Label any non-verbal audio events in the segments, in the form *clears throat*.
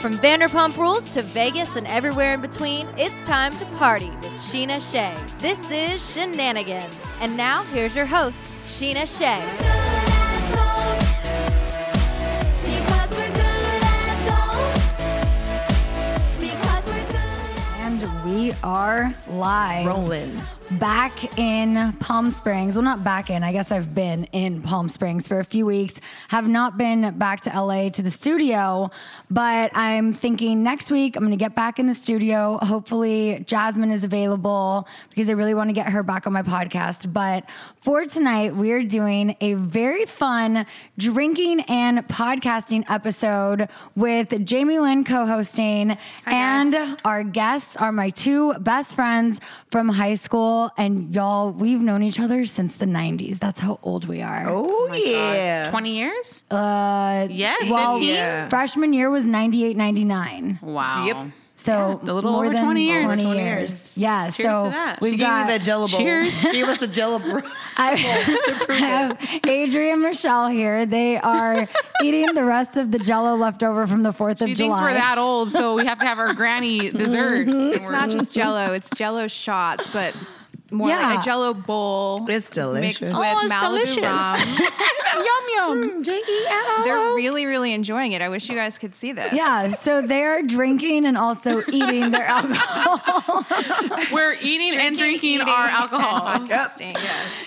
From Vanderpump Rules to Vegas and everywhere in between, it's time to party with Sheena Shea. This is Shenanigans. And now, here's your host, Sheena Shea. And we are live. Rolling. Back in Palm Springs. Well, not back in. I guess I've been in Palm Springs for a few weeks. Have not been back to LA to the studio, but I'm thinking next week I'm going to get back in the studio. Hopefully, Jasmine is available because I really want to get her back on my podcast. But for tonight, we're doing a very fun drinking and podcasting episode with Jamie Lynn co hosting and our guests are my two best friends from high school. And y'all, we've known each other since the 90s. That's how old we are. Oh, yeah. 20 years? Uh, Yes, well, 15. Yeah. freshman year was 98, 99. Wow. Yep. So Yeah, a little more over than 20 years. 20 20 years. years. Yeah. Cheers so to that. we've She gave got me that jello *laughs* bowl. Cheers. Gave us a *laughs* jello bowl. I *laughs* I have Adrian and Michelle here. They are eating the rest of the jello left over from the 4th of She thinks July. we're that old, so we have to have *laughs* our granny dessert. Mm-hmm. It's not just *laughs* Jello; it's Jello shots, but more Yeah. like a Jello bowl. It's delicious. mixed with Oh, it's Malibu delicious. rum. *laughs* yum Mm, yum. They're really, really enjoying it. I wish you guys could see this. Yeah, so they are drinking and also eating *laughs* their alcohol. We're eating and drinking our alcohol. and podcasting.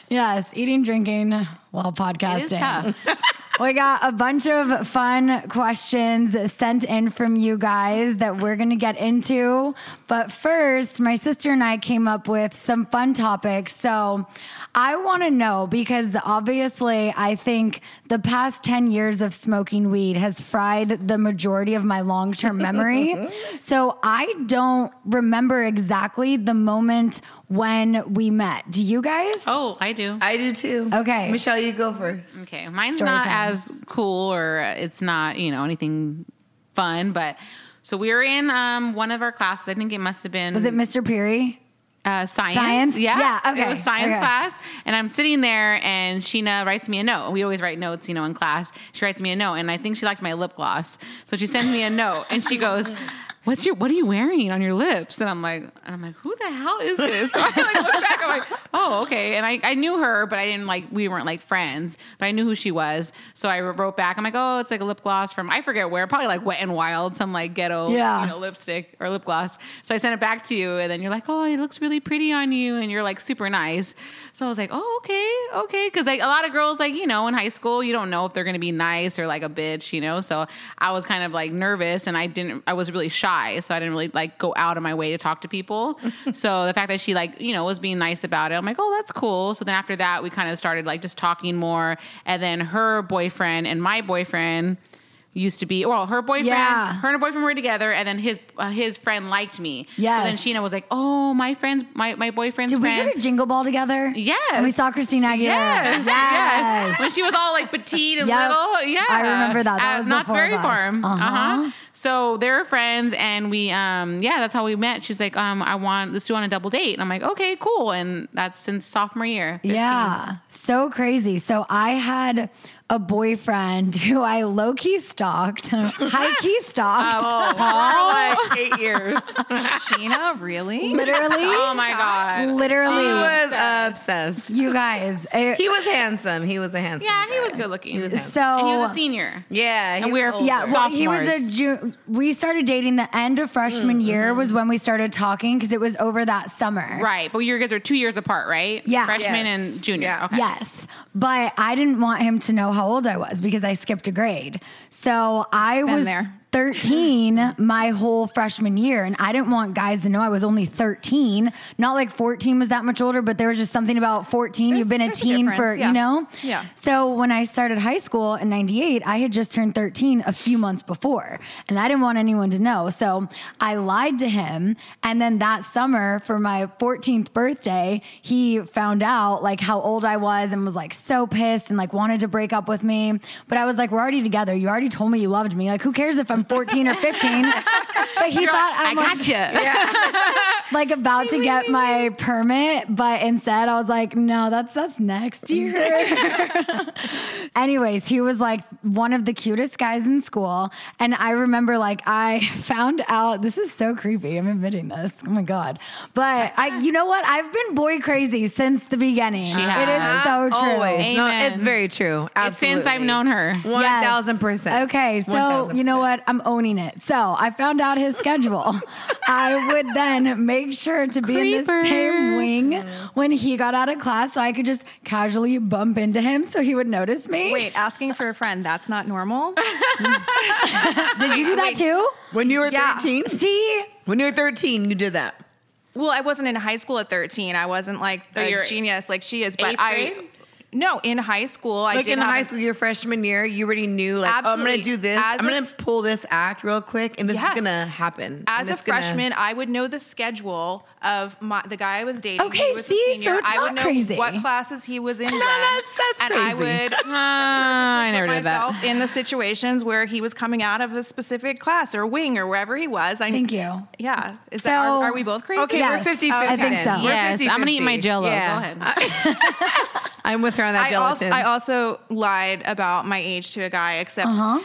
Yes, eating, drinking while podcasting. It is tough. *laughs* We got a bunch of fun questions sent in from you guys that we're going to get into. But first, my sister and I came up with some fun topics. So I want to know because obviously I think the past 10 years of smoking weed has fried the majority of my long term *laughs* memory. so I don't remember exactly the moment when we met. Do you guys? Oh, I do. I do too. Okay. Michelle, you go first. Okay, mine's Story not time. as cool, or uh, it's not you know anything fun. But so we were in um, one of our classes. I think it must have been Was it Mr. Peary? uh, science. Science? Yeah. Yeah, okay, It was science okay. class. And I'm sitting there and Sheena writes me a note. We always write notes, you know, in class. She writes me a note and I think she liked my lip gloss. So she sends me a note and she goes, What's your what are you wearing on your lips? And I'm like, and I'm like, who the hell is this? *laughs* So I like look back, I'm like, oh, okay. And I, I knew her, but I didn't like we weren't like friends, but I knew who she was. So I wrote back, I'm like, oh, it's like a lip gloss from I forget where, probably like wet and wild, some like ghetto Yeah. you know, lipstick or lip gloss. So I sent it back to you, and then you're like, "Oh, it looks really pretty on you," and you're like super nice. So I was like, "Oh, okay, okay," because like a lot of girls, like you know, in high school, you don't know if they're gonna be nice or like a bitch, you know. So I was kind of like nervous, and I didn't, I was really shy, so I didn't really like go out of my way to talk to people. so the fact that she like you know was being nice about it, I'm like, "Oh, that's cool." So then after that, we kind of started like just talking more, and then her boyfriend and my boyfriend. Used to be well, her boyfriend, Yeah. her and her boyfriend were together, and then his uh, his friend liked me. Yes. So then Sheena was like, oh, my friend's my my boyfriend's Did we friend. go to Jingle Ball together? Yes. And we saw Christina Aguilera. Yes, yes. Yes. When she was all like petite and Yep. little. Yeah. I remember that. That At was the Knott's four Berry of us. Farm. Uh-huh. Uh-huh. So they were friends and we um yeah, that's how we met. She's like, um, I want let's do it on a double date. And I'm like, okay, cool. And that's since sophomore year. 15. Yeah. So crazy. So I had a boyfriend *laughs* who I low key stalked, *laughs* high key stalked. *laughs* Oh, wow. like eight years. Sheena, *laughs* really? Literally. oh my god. Literally. He was Oh. obsessed. you guys. it- He was handsome. He was a handsome. Yeah, he guy. was good looking. He was so and he was a senior. Yeah, he And we was were- older. Yeah, well, he was a Sophomores. June. We started dating the end of freshman Mm-hmm. year was when we started talking because it was over that summer. Right. But you guys are two years apart, right? Yeah. Freshman Yes. and junior. Yeah. Okay. Yes, but I didn't want him to know how old I was because I skipped a grade. So I was there. *laughs* 13 my whole freshman year, and I didn't want guys to know I was only 13. Not like 14 was that much older, but there was just something about 14. You've There's- been a there's a teen for, difference, yeah. you know? Yeah. So when I started high school in 98, I had just turned 13 a few months before, and I didn't want anyone to know. So I lied to him. And then that summer for my 14th birthday, he found out like how old I was and was like so pissed and like wanted to break up with me. But I was like, we're already together. You already told me you loved me. Like, who cares if I'm 14 or 15? But he thought I'm like, *laughs* like about to get my permit, but instead I was like, no, that's that's next year. *laughs* Anyways, he was like one of the cutest guys in school. And I remember like I *laughs* found out this is so creepy. I'm admitting this. Oh my God. But I you know what? I've been boy crazy since the beginning. It is has. so true. Always. No, Amen. it's very true. It's since I've Absolutely. known her. One Yes. thousand percent. Okay, so you know what? I'm owning it. So I found out his *laughs* schedule. I would then make sure to be in the same wing when he got out of class, so I could just casually bump into him, so he would notice me. Wait, asking for a friend, that's not normal. did you do that too? When you were Yeah. thirteen, See, when you were thirteen, you did that. *laughs* well, I wasn't in high school at 13. I wasn't like So the you're genius like she is, but eighth *laughs* I grade? No, in high school, I Like did in have high a- school, your freshman year, you already knew like oh, I'm gonna Absolutely. do this. As I'm a gonna f- pull this act real quick, and this Yes. is gonna happen. As and a it's gonna- freshman, I would know the schedule of my, the guy I was dating. He Okay, was a see? So senior. it's I would not know crazy. what classes he was in. when, that's- that's and I crazy. would *laughs* Ah, I never put did that. myself in the situations where he was coming out of a specific class or wing or wherever he was. I, Thank you. Yeah, is that are, So- are we both crazy? okay, Yes. we're 50 I think so. Yes, I'm gonna eat my Jell-O. Go ahead. *laughs* I'm with her on that I also, gelatin. *laughs* I also lied about my age to a guy, except Uh-huh.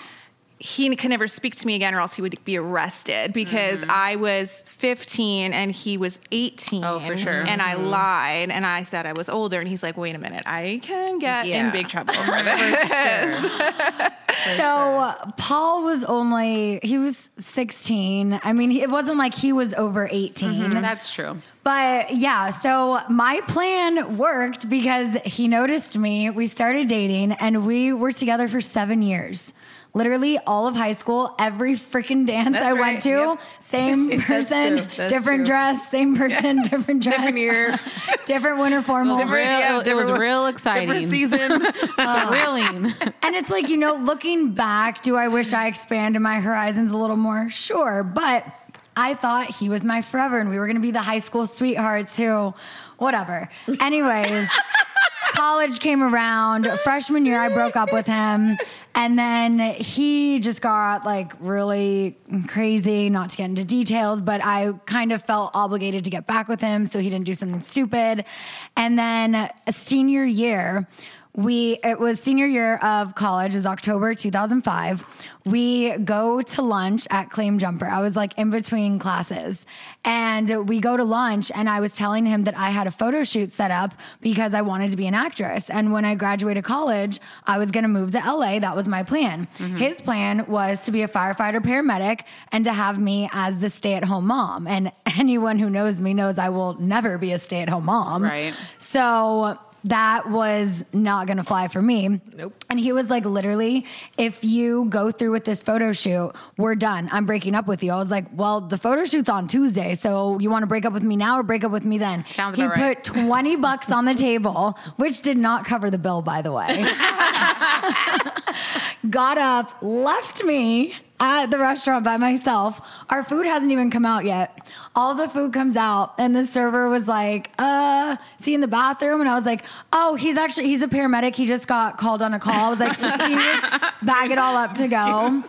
he could never speak to me again, or else he would be arrested because Mm-hmm. I was 15 and he was 18. Oh, for sure. And I lied and I said I was older, and he's like, "Wait a minute, I can get Yeah. in *laughs* big trouble." So uh, Paul was only he was 16. I mean, he- it wasn't like he was over 18. Mm-hmm. That's true. But yeah, so my plan worked because he noticed me. We started dating and we were together for seven years. Literally all of high school, every freaking dance That's I right, went to, yep. same *laughs* That's true, person, that's different true. dress, same *laughs* person, different dress, Different year. *laughs* different winter formal. Real- yeah, it was Oh, different- real Different exciting. *laughs* season. *laughs* Thrilling. And it's like, you know, looking back, do I wish I expanded my horizons a little more? Sure. But I thought he was my forever and we were going to be the high school sweethearts who, whatever. Anyways, college came around. Freshman year, I broke up with him. And then he just got like really crazy, not to get into details, but I kind of felt obligated to get back with him so he didn't do something stupid. And then a senior year, we it was senior year of college it was october 2005 we go to lunch at claim jumper i was like in between classes and we go to lunch and i was telling him that i had a photo shoot set up because i wanted to be an actress and when i graduated college i was going to move to la that was my plan his plan was to be a firefighter paramedic and to have me as the stay-at-home mom and *laughs* anyone who knows me knows i will never be a stay-at-home mom Right. so that was not going to fly for me. Nope. And he was like, literally, if you go through with this photo shoot, we're done. I'm breaking up with you. I was like, well, the photo shoot's on Tuesday. So you want to break up with me now or break up with me then? Sounds he about right. put 20 bucks on the table, which did not cover the *laughs* bill, by the way. Got up, left me. at the restaurant by myself. Our food hasn't even come out yet. All the food comes out, and the server was like, uh, is he in the bathroom? And I was like, oh, he's actually, he's a paramedic. He just got called on a call. I was like, can you just bag it all up to go?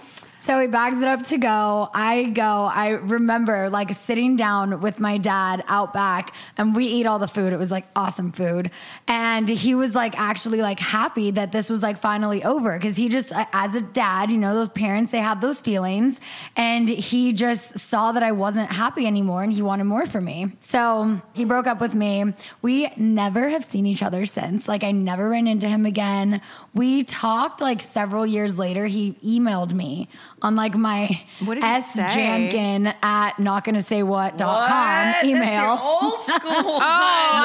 So he bags it up to go. I go. I remember like sitting down with my dad out back and we eat all the food. It was like awesome food. And he was like actually like happy that this was like finally over cuz he just as a dad, you know, those parents they have those feelings and he just saw that I wasn't happy anymore and he wanted more for me. So he broke up with me. We never have seen each other since. Like I never ran into him again. We talked like several years later. He emailed me on like my What did he s say? jankin at not gonna say what dot com email. old school. *laughs* oh,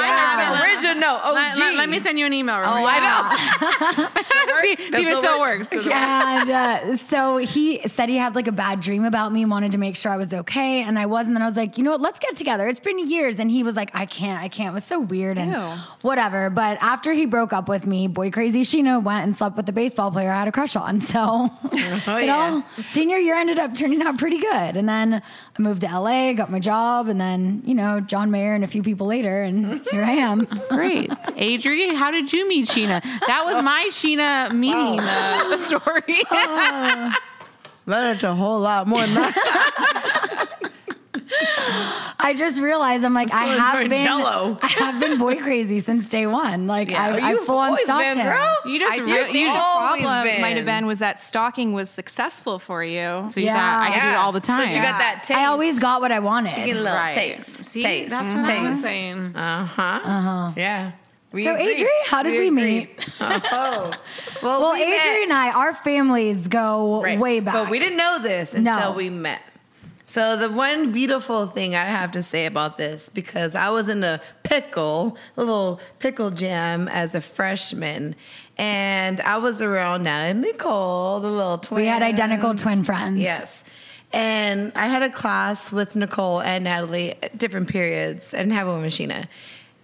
yeah. I have the original. Oh, Let, let- let me send you an email. Oh, Rory. I know. *laughs* *laughs* See, That's even the still word. works. and uh, so he said he had like a bad dream about me, wanted to make sure I was okay, and I was. And then I was like, you know what? Let's get together. It's been years. And he was like, I can't, I can't. It was so weird and Ew. whatever. But after he broke up with me, boy crazy Sheena went and slept with the baseball player I had a crush on. *laughs* So it all senior year ended up turning out pretty good. And then I moved to LA, got my job, and then you know John Mayer and a few people later, and *laughs* here I am. Great. Adri, how did you meet Sheena? That was my Sheena meeting *laughs* uh, *laughs* story. That's a whole lot more than that. *laughs* I just realized I'm like I'm I still have enjoying been Jell-O. *laughs* Oh, I have been boy crazy since day one. Like I, I You've full on always stalked been, him. girl. You just I re- think you the always problem been. might have been was that stalking was successful for you. So you Yeah. thought I do it all the time. So she got that taste. I always got what I wanted. She get a little Right. taste. See, taste. that's what I was taste. saying. Uh huh. Uh huh. Yeah. We So, agree. Adri, how did we meet? agree. *laughs* oh, well, well, we Adrian met- and I, our families go Right. way back. But we didn't know this No. until we met. So the one beautiful thing I have to say about this, because I was in a pickle, a little pickle jam as a freshman, and I was around now and Nicole, the little twin. We had identical twin friends. Yes. And I had a class with Nicole and Natalie at different periods and have one with Sheena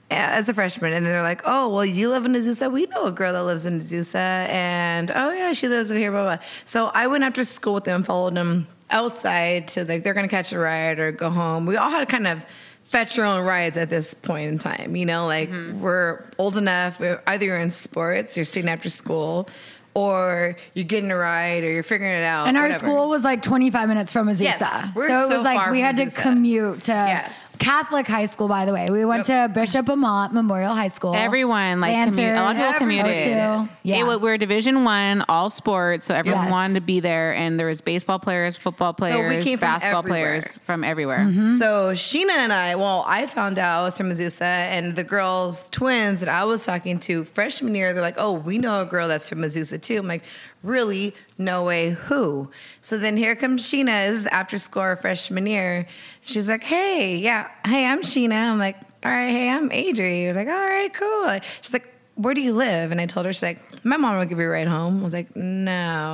as a freshman. And they're like, oh, well, you live in Azusa. We know a girl that lives in Azusa. And oh, yeah, she lives over here, blah, blah. So I went after school with them, followed them outside to like, they're going to catch a ride or go home. We all had kind of fetch your own rides at this point in time. You know, like Mm-hmm. we're old enough, we're, either you're in sports, you're sitting after school. Or you're getting a ride, or you're figuring it out. and our whatever. school was like 25 minutes from Azusa. Yes, we're so it so was like far we from had to Azusa. commute to Yes. Catholic high school, by the way. We went to Bishop Amont Memorial High School. Everyone like Lansers, commu- a lot of people Everyone commuted. did. O2. Yeah. It wa- we're Division One, all sports, so everyone Yes. wanted to be there, and there was baseball players, football players, came from basketball everywhere. players from everywhere. Mm-hmm. Mm-hmm. So Sheena and I, well, I found out I was from Azusa, and the girls, twins that I was talking to freshman year, they're like, "Oh, we know a girl that's from Azusa too." I'm like, "Really? No way. Who?" So then here comes Sheena's after school our freshman year. She's like, "Hey, yeah, hey, I'm Sheena." I'm like, "All right, hey, I'm Adri." We're like, "All right, cool." She's like. Where do you live? And I told her, she's like, my mom will give you a ride home. I was like, no,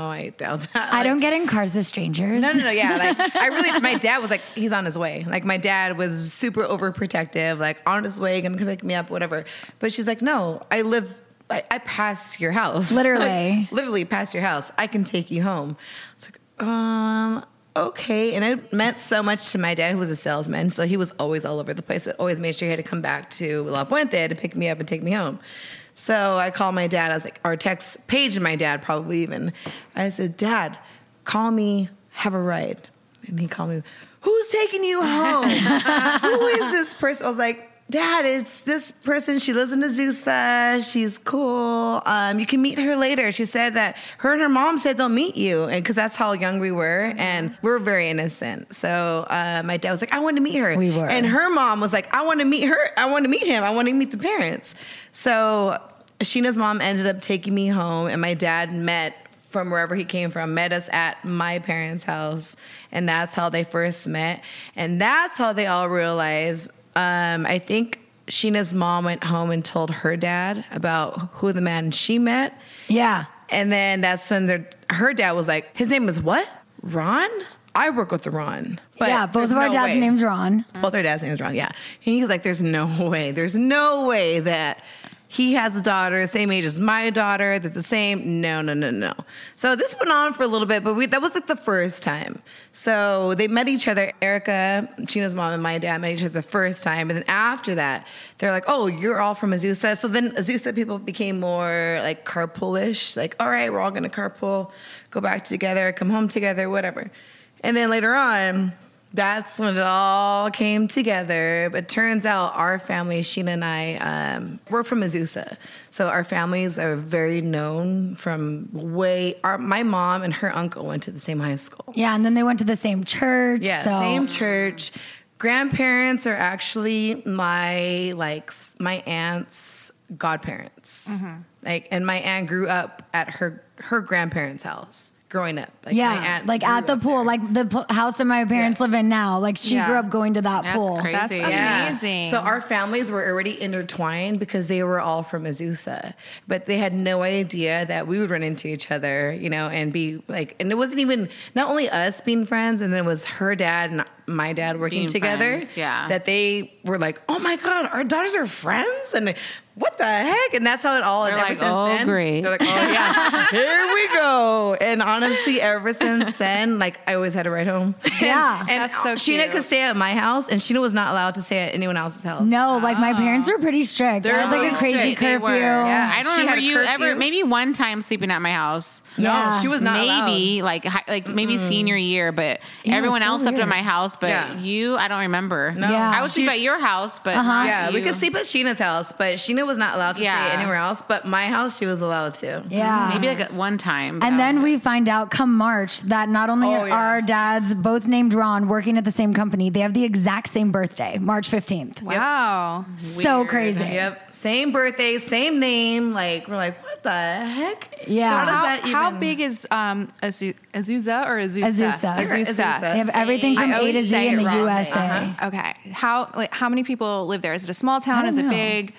I doubt that. I Like, don't get in cars with strangers. no, no, no. Yeah, like I really, my dad was like, he's on his way. Like my dad was super overprotective, like on his way, gonna come pick me up, whatever. But she's like, no, I live, I, I pass your house, *laughs* Literally. *laughs* Like, literally pass your house. I can take you home. It's like, um. Okay, and it meant so much to my dad, who was a salesman, so he was always all over the place, but always made sure he had to come back to La Puente to pick me up and take me home. So I called my dad. I was like, or text page my dad probably even. I said, Dad, call me, have a ride. And he called me, Who's taking you *laughs* home? Who is this person? I was like, Dad, it's this person. She lives in Azusa. She's cool. Um, you can meet her later. She said that her and her mom said they'll meet you, and because that's how young we were, and Mm-hmm. we were very innocent. So uh, my dad was like, "I want to meet her." We were. and her mom was like, "I want to meet her. I want to meet him. I want to meet the parents." So Sheena's mom ended up taking me home, and my dad met from wherever he came from, met us at my parents' house. And that's how they first met. And that's how they all realized. Um, I think Sheena's mom went home and told her dad about who the man she met. Yeah. And then that's when their, her dad was like, his name was what? Ron? I work with Ron. But yeah, both there's of our no dads' way. names were on. *laughs* Both their dad's names were wrong. Yeah. And he's like, there's no way. There's no way that He has a daughter, same age as my daughter. They're the same. No, no, no, no. So this went on for a little bit, but we, that was like the first time. So they met each other. Erica, Gina's mom, and my dad met each other the first time. And then after that, they're like, oh, you're all from Azusa. So then Azusa people became more like carpoolish, like, all right, we're all going to carpool, go back together, come home together, whatever. And then later on, that's when it all came together. But turns out our family, Sheena and I, um, we're from Azusa. So our families are very known from way. Our, my mom and her uncle went to the same high school. Yeah, and then they went to the same church. Yeah, so. same church. Grandparents are actually my like s- my aunt's godparents. Mm-hmm. Like, and my aunt grew up at her her grandparents' house growing up. Like my yeah, aunt like grew at the up pool, there. like the po- house that my parents Yes. live in now. Like she Yeah. grew up going to that That's pool. crazy. That's Yeah. Yeah. amazing. So our families were already intertwined because they were all from Azusa, but they had no idea that we would run into each other, you know, and be like, and it wasn't even not only us being friends, and then it was her dad and my dad working Being together. friends, yeah. that they were like, oh my god, our daughters are friends, and what the heck? And that's how it all. and They're ever like, since "Oh, then, great." They're like, oh *laughs* yeah, here we go. And honestly, ever since then, like I always had to ride home. Yeah. and That's so Sheena cute. could stay at my house, and Sheena was not allowed to stay at anyone else's house. No, like my parents were pretty strict. I They're had like a really crazy strict. They were, curfew. yeah. I don't She had remember a you ever. curfew. Maybe one time sleeping at my house. no, Yeah. she was not allowed. maybe like hi- like maybe senior year, but Yeah, everyone so else slept at weird. my house. But Yeah. you, I don't remember. No, Yeah. Uh-huh. I would sleep at your house, but not Yeah, we you. could sleep at Sheena's house, but Sheena was not allowed to Yeah. stay anywhere else. But my house, she was allowed to. Yeah. Maybe like at one time. but And that was then it. we find out come March that not only Oh, are yeah. our dads both named Ron working at the same company, they have the exact same birthday, March 15th. Wow. So crazy. Yep. Same birthday, same name. Like we're like, what the heck? Yeah. So How, how, does that how even- big is um, Azu- Azusa or Azusa? Azusa. Azusa. Uh-huh. They have everything from I A to always Z say in it the wrong. USA. Okay. How like how many people live there? Is it a small I town? don't Is it know. big?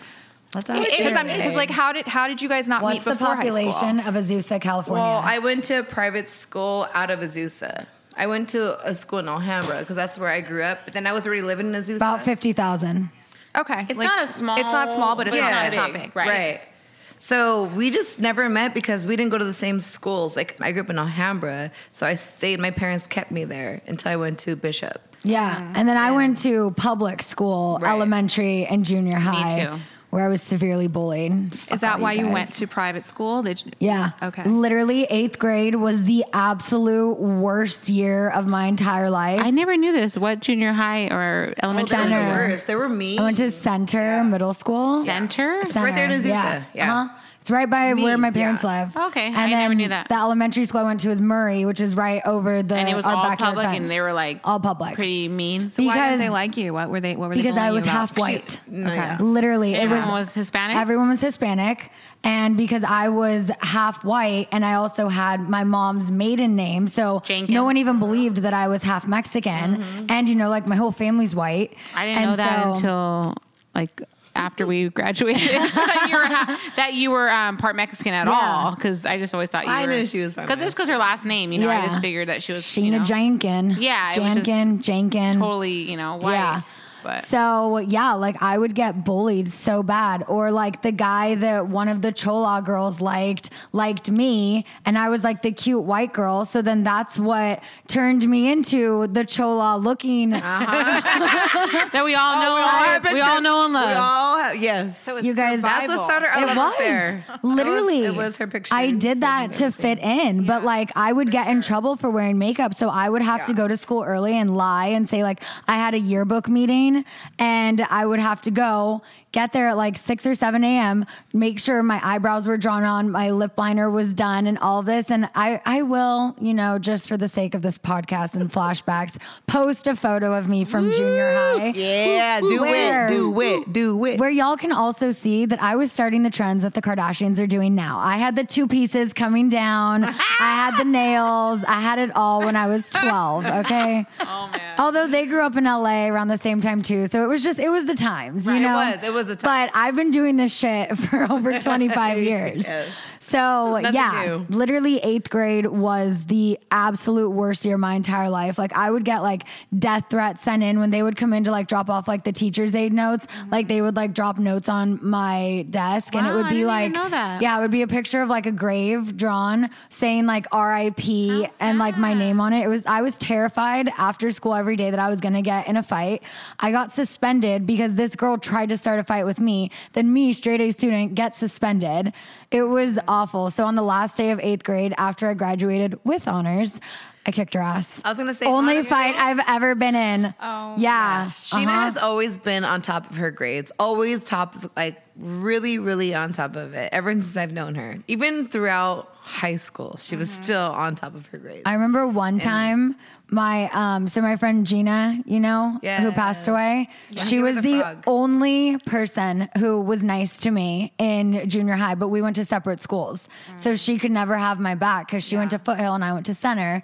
Let's ask Because I'm Sarah. because like how did how did you guys not What's meet the before high population school? of Azusa, California? Well, I went to a private school out of Azusa. I went to a school in Alhambra because that's where I grew up. But then I was already living in Azusa. About 50,000. Okay. It's not a small- It's not small, but it's Yeah. not it's not big. big. Right. Right. So we just never met because we didn't go to the same schools. Like I grew up in Alhambra, so I stayed. My parents kept me there until I went to Bishop. Yeah. And then I went to public school, Right. elementary, and junior high, too. where I was severely bullied. Is that why you went to private school? Did you, Yeah. Okay. Literally, eighth grade was the absolute worst year of my entire life. I never knew this. What junior high or elementary? Center. They were the worst. They were mean. I went to Center Middle School. Center? Center, Uh-huh. right there in Azusa. Yeah. It's right by Me, where my parents yeah. live. Okay, and I then never knew that. The elementary school I went to was Murray, which is right over the And it was our all backyard public, fence. and they were like all public pretty mean. So Why because didn't they like you? What were they? What were they? because I bullying was you about? half white. Okay. Literally, it everyone was was Hispanic. Everyone was Hispanic. And because I was half white and I also had my mom's maiden name. So Jenkins. Mm-hmm. no one even believed that I was half Mexican. And, you know, like my whole family's white. I didn't And know that so- until like after we graduated *laughs* *laughs* that you were, ha- that you were um, part Mexican at Yeah. all because I just always thought you I were, knew she was part because just because her last name you know I Yeah. just figured that she was Sheena you know, Jenkin. Yeah, it was just Jankin, Jenkin. totally you know white Yeah. but So yeah, like I would get bullied so bad, or like the guy that one of the Chola girls liked liked me, and I was like the cute white girl. So then that's what turned me into the Chola *laughs* looking. Ah. that we all know and love. we all know and We love all have, yes. You guys, that's what started our It love was affair. literally. It was, it was her picture. I did that to fit in, but like I would get in trouble for wearing makeup, so I would have to go to school early and lie and say like I had a yearbook meeting, and I would have to go get there at like six or seven a.m. Make sure my eyebrows were drawn on, my lip liner was done, and all of this. And I, I will, you know, just for the sake of this podcast and *laughs* flashbacks, post a photo of me from junior high. Yeah, do Where? it, do it, do it. Where y'all can also see that I was starting the trends that the Kardashians are doing now. I had the two pieces coming *laughs* *laughs* down. I had the nails. I had it all when I was 12, okay? oh man Although they grew up in LA around the same time too, so it was just it was the times, you Right, it know. was. It was the But I've been doing this shit *laughs* for over *laughs* 25 years. Yes. So Nothing yeah, new. literally eighth grade was the absolute worst year of my entire life. Like I would get like death threats sent in when they would come in to like drop off like the teacher's aid notes. Like they would like drop notes on my desk, and it Wow, would I be didn't even like know that. yeah, it would be a picture of like a grave drawn saying like R.I.P. and like my name on it. It was I was terrified after school every day that I was gonna get in a fight. I got suspended because this girl tried to start a fight with me. Then me, straight A student, get suspended. It was Mm. awful. So on the last day of eighth grade, after I graduated with honors, I kicked her ass. I was gonna say, only honors- fight I've ever been in. Oh yeah, Sheena Uh-huh. has always been on top of her grades, always top, of- like really, really on top of it. Ever since I've known her, even throughout high school, she was still on top of her grades. I remember one time my um so my friend Gina, you know, who passed Yes. away, Yeah. she She was, was a the frog. only person who was nice to me in junior high, but we went to separate schools. So Mm. she could never have my back cuz she went to Foothill and I went to Center.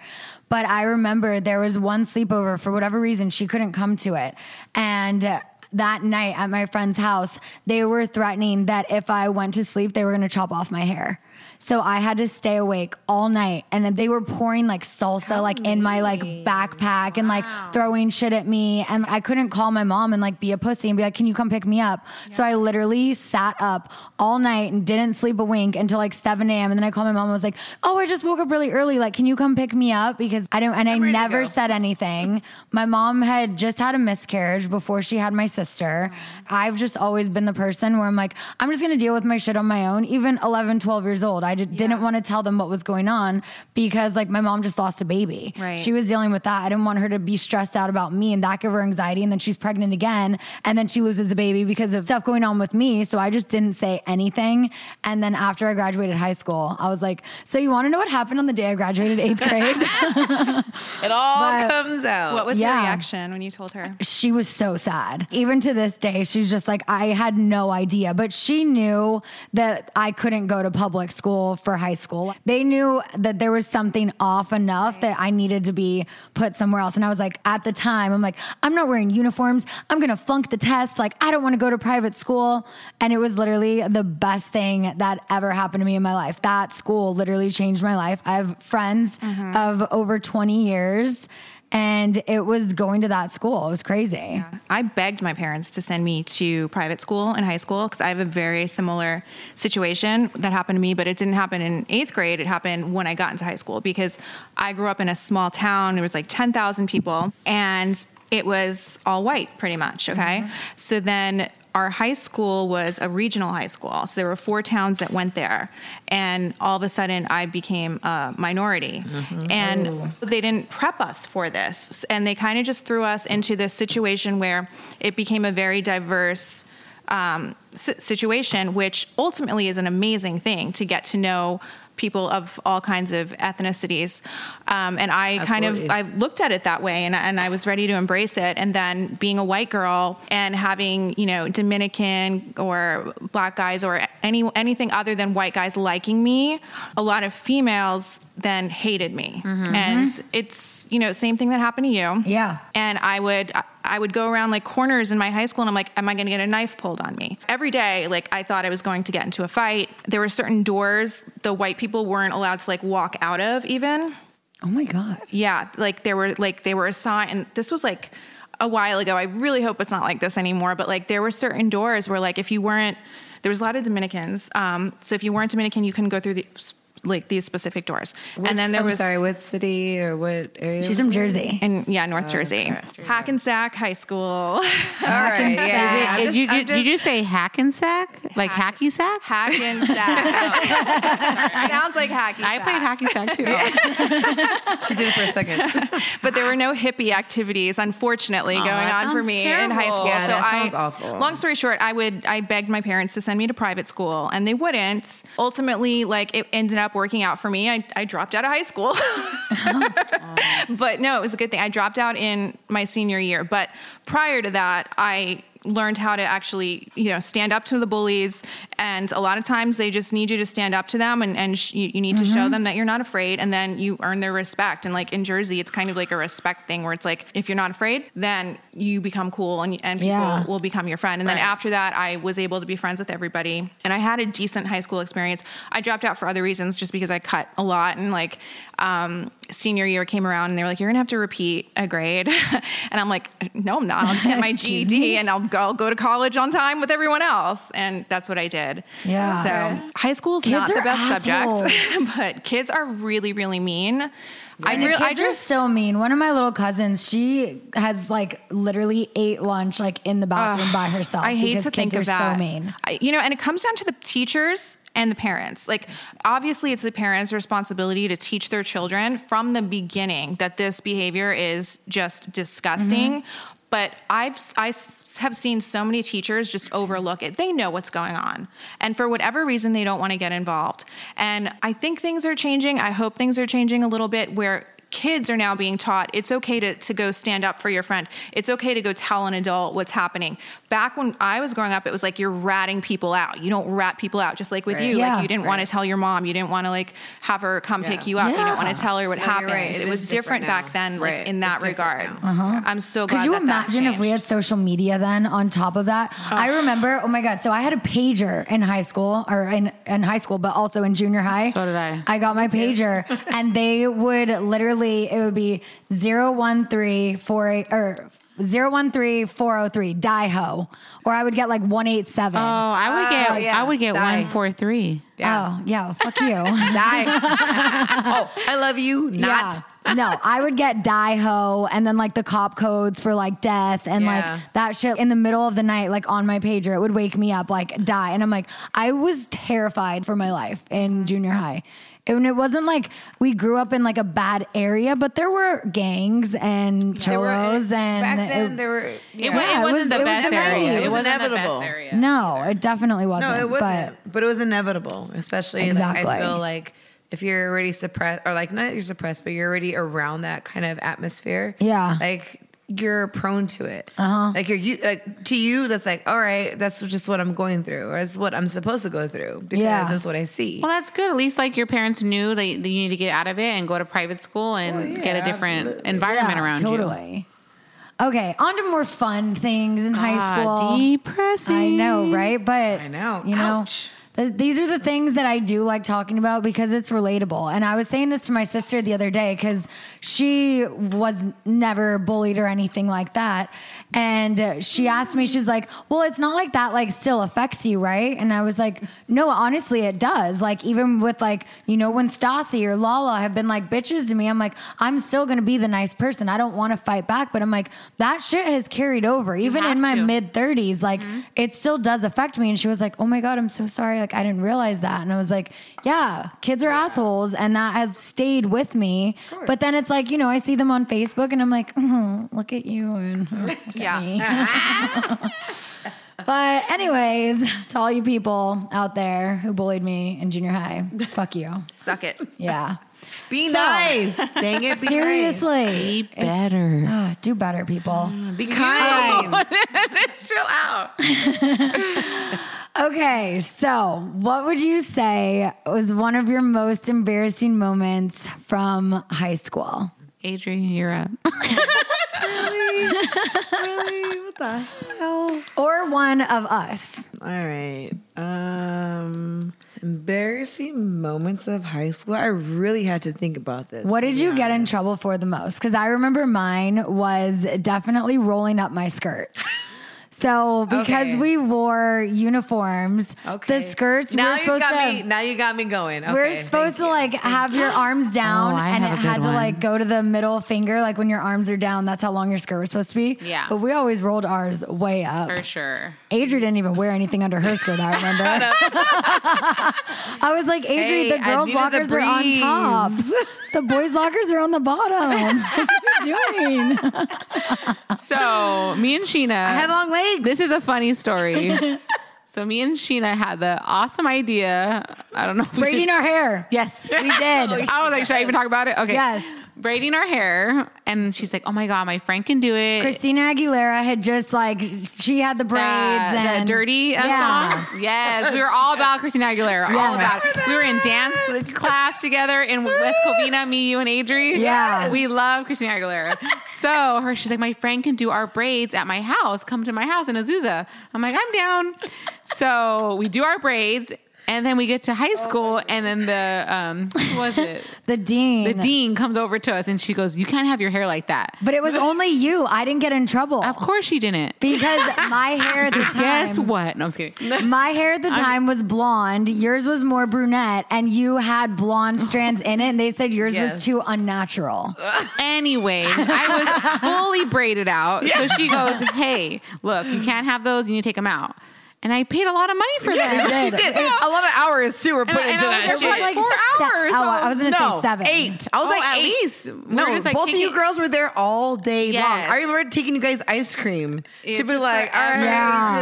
But I remember there was one sleepover for whatever reason she couldn't come to it. And uh, that night at my friend's house, they were threatening that if I went to sleep, they were going to chop off my hair. So I had to stay awake all night, and then they were pouring like salsa like in my like backpack and like throwing shit at me, and I couldn't call my mom and like be a pussy and be like, "Can you come pick me up?" So I literally sat up all night and didn't sleep a wink until like 7 a.m. And then I called my mom. and was like, "Oh, I just woke up really early. Like, can you come pick me up?" Because I don't, and I never said anything. My mom had just had a miscarriage before she had my sister. I've just always been the person where I'm like, I'm just gonna deal with my shit on my own. Even 11, 12 years old, I just didn't want to tell them what was going on because like my mom just lost a baby. Right. She was dealing with that. I didn't want her to be stressed out about me and that give her anxiety. And then she's pregnant again, and then she loses the baby because of stuff going on with me. So I just didn't say anything. And then after I graduated high school, I was like, so you want to know what happened on the day I graduated eighth grade? it all But- comes out. What was Yeah. her reaction when you told her? she was so sad. Even to this day, she's just like, I had no idea. But she knew that I couldn't go to public school for high school. They knew that there was something off enough that I needed to be put somewhere else. And I was like, at the time, I'm like, I'm not wearing uniforms. I'm going to flunk the test. Like, I don't want to go to private school. And it was literally the best thing that ever happened to me in my life. That school literally changed my life. I have friends of over 20 years and it was going to that school. It was crazy. I begged my parents to send me to private school in high school because I have a very similar situation that happened to me, but it didn't happen in eighth grade. It happened when I got into high school because I grew up in a small town. There was like 10,000 people and it was all white pretty much. Okay. So then our high school was a regional high school. So there were four towns that went there. And all of a sudden, I became a minority. And they didn't prep us for this. And they kind of just threw us into this situation where it became a very diverse um, si- situation, which ultimately is an amazing thing to get to know people of all kinds of ethnicities. Um, and I kind of Absolutely. I looked at it that way, and I, and I was ready to embrace it. And then being a white girl and having you know Dominican or black guys or any anything other than white guys liking me, a lot of females then hated me. And it's you know same thing that happened to you. Yeah. And I would I would go around like corners in my high school and I'm like, am I gonna get a knife pulled on me? Every day, like I thought I was going to get into a fight. There were certain doors the white people weren't allowed to like walk out of even. Oh my God. Yeah. Like there were like they were assigned and this was like a while ago. I really hope it's not like this anymore, but like there were certain doors where like if you weren't there was a lot of Dominicans. Um, so if you weren't Dominican, you couldn't go through the like these specific doors. and then there I'm was sorry, what city or what area? She's from Jersey. in yeah, North Jersey. Hackensack High School. *laughs* All right, yeah. I'm Did just- you, I'm did, did you just- say hack and sack? Like hacky sack? Hackensack. Sounds like hacky. I played hacky sack too. She did it for a *laughs* second. but there were no hippie activities, unfortunately, going that on for sounds me in high terrible. school. Yeah, so that I, sounds awful. long story short, I would I begged my parents to send me to private school, and they wouldn't. Ultimately, like it ended up working out for me. I, I dropped out of high school. *laughs* but no, it was a good thing. I dropped out in my senior year, but prior to that, I learned how to actually, you know, stand up to the bullies And a lot of times they just need you to stand up to them and, and sh- you, you need to show them that you're not afraid and then you earn their respect. And like in Jersey, it's kind of like a respect thing where it's like, if you're not afraid, then you become cool and, and people Yeah. will become your friend. And then after that, I was able to be friends with everybody. And I had a decent high school experience. I dropped out for other reasons just because I cut a lot. And like um, senior year came around and they were like, you're going to have to repeat a grade. *laughs* and I'm like, no, I'm not. I'll just get *laughs* my Excuse GED and I'll go, I'll go to college on time with everyone else. And that's what I did. Yeah. So high school's Kids not are the best assholes. subject, *laughs* but kids are really, really mean. And I, the re- kids I just are so mean. One of my little cousins, she has like literally ate lunch like in the bathroom by herself. I hate because to think kids of are that. So mean. I- you know, and it comes down to the teachers and the parents. Like, obviously, it's the parents' responsibility to teach their children from the beginning that this behavior is just disgusting. Mm-hmm. But I've s- I s- have seen so many teachers just overlook it. They know what's going on, and for whatever reason, they don't want to get involved. And I think things are changing. I hope things are changing a little bit where kids are now being taught it's okay to, to go stand up for your friend it's okay to go tell an adult what's happening back when i was growing up it was like you're ratting people out you don't rat people out just like with you Yeah. like you didn't want to tell your mom you didn't want to like have her come pick you up you didn't want Yeah. to tell her what happened right. it, It was is different, different back now. then like Right. in that It's different regard now. i'm so glad Uh-huh. Could you that that's imagine if we changed. had social media then on top of that? I remember, oh my God. So I had a pager in high school or in, in high school, but also in junior high. So did I. I got my pager and they would literally, it would be 0134 or 013403 die ho. Or I would get like 187. Oh, I would get I would get Die. one four three. Oh, yeah. Fuck you. Die. *laughs* oh, I love you. Not. Yeah. *laughs* no, I would get die ho and then like the cop codes for like death and Yeah. like that shit in the middle of the night, like on my pager. It would wake me up, like die. And I'm like, I was terrified for my life Mm. in junior high. And it wasn't like we grew up in like a bad area, but there were gangs and There were- uh, cholos and back then it- there were. It, yeah. wa- Yeah, it it was- wasn't it the was best the area. 90s. It wasn't the Inevitable. best area. no, it definitely wasn't. No, it wasn't. But, it was inevitable, especially like, Exactly. I feel like if you're already suppressed, or like not you're suppressed, but you're already around that kind of atmosphere. Yeah. like you're prone to it. Uh-huh. Like you're you like to you. That's like all right. That's just what I'm going through, or that's what I'm supposed to go through because Yeah. that's what I see. Well, that's good. At least like your parents knew that you that you need to get out of it and go to private school and Well, yeah, get a different absolutely. environment Yeah, around you. totally. Okay, on to more fun things in high Ah, school. Depressing. I know, right? But I know. You know, Ouch. th- these are the things that I do like talking about because it's relatable. And I was saying this to my sister the other day because she was never bullied or anything like that. And uh, she asked me, she's like, "Well, it's not like that. Like, still affects you, right?" And I was like, "No, honestly, it does. Like, even with like, you know, when Stassi or Lala have been like bitches to me, I'm like, I'm still gonna be the nice person. I don't want to fight back, but I'm like, that shit has carried over, even have in my to. Mm-hmm. mid." mid 30s like it still does affect me and she was like oh my god i'm so sorry like i didn't realize that and i was like yeah kids are assholes and that has stayed with me but then it's like you know i see them on facebook and i'm like "Mhm, look at you and *laughs* yeah but anyways to all you people out there who bullied me in junior high fuck you suck *laughs* it yeah *laughs* be nice. Dang it. Be nice. seriously Be better. Ah, do better people Be kind. Chill out. Okay, so what would you say was one of your most embarrassing moments from high school? Adrian, you're up. Or one of us? All right. Um, embarrassing moments of high school. I really had to think about this. What did you get in trouble for the most? Because I remember mine was definitely rolling up my skirt. So because Okay. we wore uniforms, the skirts Now were you supposed got to. me. Now you got me going. Okay, We're supposed thank to you. like have your arms down, *gasps* Oh, I and have it a good had to one. like go to the middle finger, like when your arms are down. That's how long your skirt was supposed to be. Yeah. But we always rolled ours way up. For sure. Adri didn't even wear anything under her skirt. *laughs* I remember. *laughs* I was like, Adri, Hey, the I girls' needed the lockers are on breeze." top. The boys' lockers are on the bottom. *laughs* What are you doing? So me and Sheena. I had long legs. This is a funny story. so me and Sheena had the awesome idea. I don't know. If we Braiding should, our hair. yes. *laughs* We did. I was like, should I even talk about it? Okay. Yes. braiding our hair, and she's like, "Oh my god, my friend can do it." Christina Aguilera had just like she had the braids That- that and dirty uh, Yeah. song. Yes, we were all about Christina Aguilera. All about it. We were in dance class together in West Covina, me, you, and Adri. Yes. we love Christina Aguilera. so her, she's like, my friend can do our braids at my house. Come to my house in Azusa. I'm like, I'm down. so we do our braids. And then we get to high school, and then the um, who was it? the dean. *laughs* The dean comes over to us, and she goes, "You can't have your hair like that." But it was only you. I didn't get in trouble Of course, she didn't. because my hair at the time. *laughs* Guess what? No, I'm just kidding. My hair at the time was blonde. Yours was more brunette, and you had *laughs* blonde strands in it. And they said yours was Yes. too unnatural. Uh, Anyway, I was fully braided out. So she goes, Hey, look, you can't have those. You need to take them out. And I paid a lot of money for them. She did. A lot of hours too were put and into I that was shit. just like, Four se- hours, Oh, I was gonna no, say seven. eight. I was Oh, like at eight. least. We were no, just, like, both of kicking- you girls were there all day Yes. long. I remember taking you guys ice cream It to be took like, all forever. right,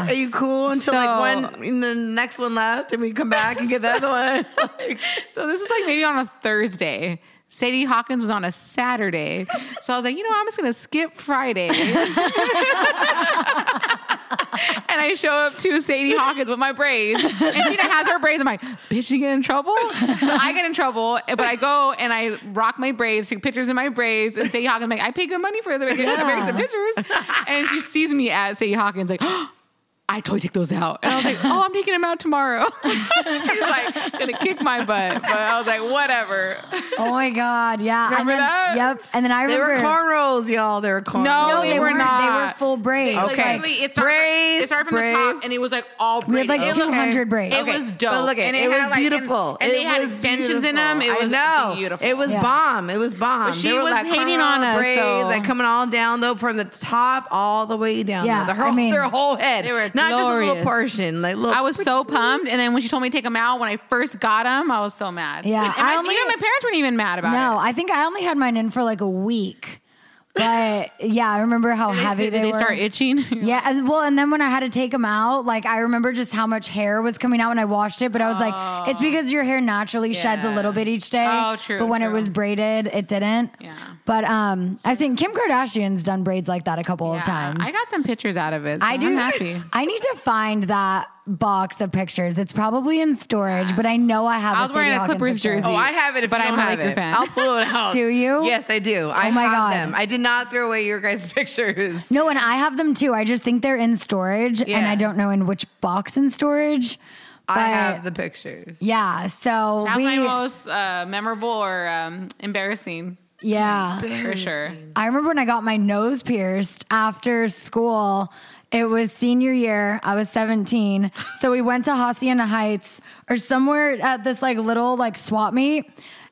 Yeah. are you cool? Until So- like one, and the next one left, and we come back and get the *laughs* other one. *laughs* Like, So this is like maybe on a Thursday. Sadie Hawkins was on a Saturday. So I was like, you know, what? I'm just going to skip Friday. *laughs* and I show up to Sadie Hawkins with my braids. And Sheena has her braids. I'm like, bitch, you get in trouble? I get in trouble, but I go and I rock my braids, take pictures in my braids. And Sadie Hawkins, like, I pay good money for the yeah. pictures. And she sees me at Sadie Hawkins, like, *gasps* "Oh, I totally took those out. And I was like, oh, I'm taking them out tomorrow. *laughs* She's like, gonna kick my butt. But I was like, whatever. Oh my god! Yeah. Remember and then, that? Yep. And then I they were remember. cornrows, y'all. They were cornrows. No, no, they they, were weren't. They were not. full braids. Okay. Like, Literally, it started, Braids, it started from the braids. top and it was like all We braided. had, like, It looked- 200 braids. It Okay. was dope. But look, and it, it, had, it was like, and- beautiful. And, it they had was extensions in beautiful. them. It was I know. beautiful. It was Yeah. bomb. It was bomb. But she They were was like hating on cornrow us, braids, so- like coming all down though from the top all the way down. Yeah, Yeah, their I whole, mean- their whole head. They were not just a glorious. little portion. Like little. I was so pumped, and then when she told me to take them out, when I first got them, I was so mad. Yeah, and I my, only- even my parents weren't even mad about it. No, I think I only had mine in for like a week. But yeah, I remember how heavy did, they, did were. they start itching? *laughs* Yeah, and, well, and then when I had to take them out, like I remember just how much hair was coming out when I washed it. But I was like, it's because your hair naturally sheds a Oh. Yeah. little bit each day. Oh, true, But when it true. was braided, it didn't. Yeah. But um, I've seen Kim Kardashian's done braids like that a couple Yeah. of times. I got some pictures out of it. so I do. I'm happy. *laughs* I need to find that box of pictures. It's probably in storage, but I know I have. I was a wearing Sadie a Hawkins Clippers picture. jersey. Oh, I have it, But but I'm I'm a have Laker it. fan. I'll pull it out. Do you? Yes, I do. I Oh my have God. them. I did not throw away your guys' *laughs* pictures. No, and I have them too. I just think they're in storage, and Yeah. I don't know in which box in storage. But I have the pictures. yeah, so That's we my most uh, memorable or um, embarrassing yeah. for sure. I remember when I got my nose pierced after school. It was senior year. I was 17. So we went to Hacienda Heights or somewhere at this like little like swap meet.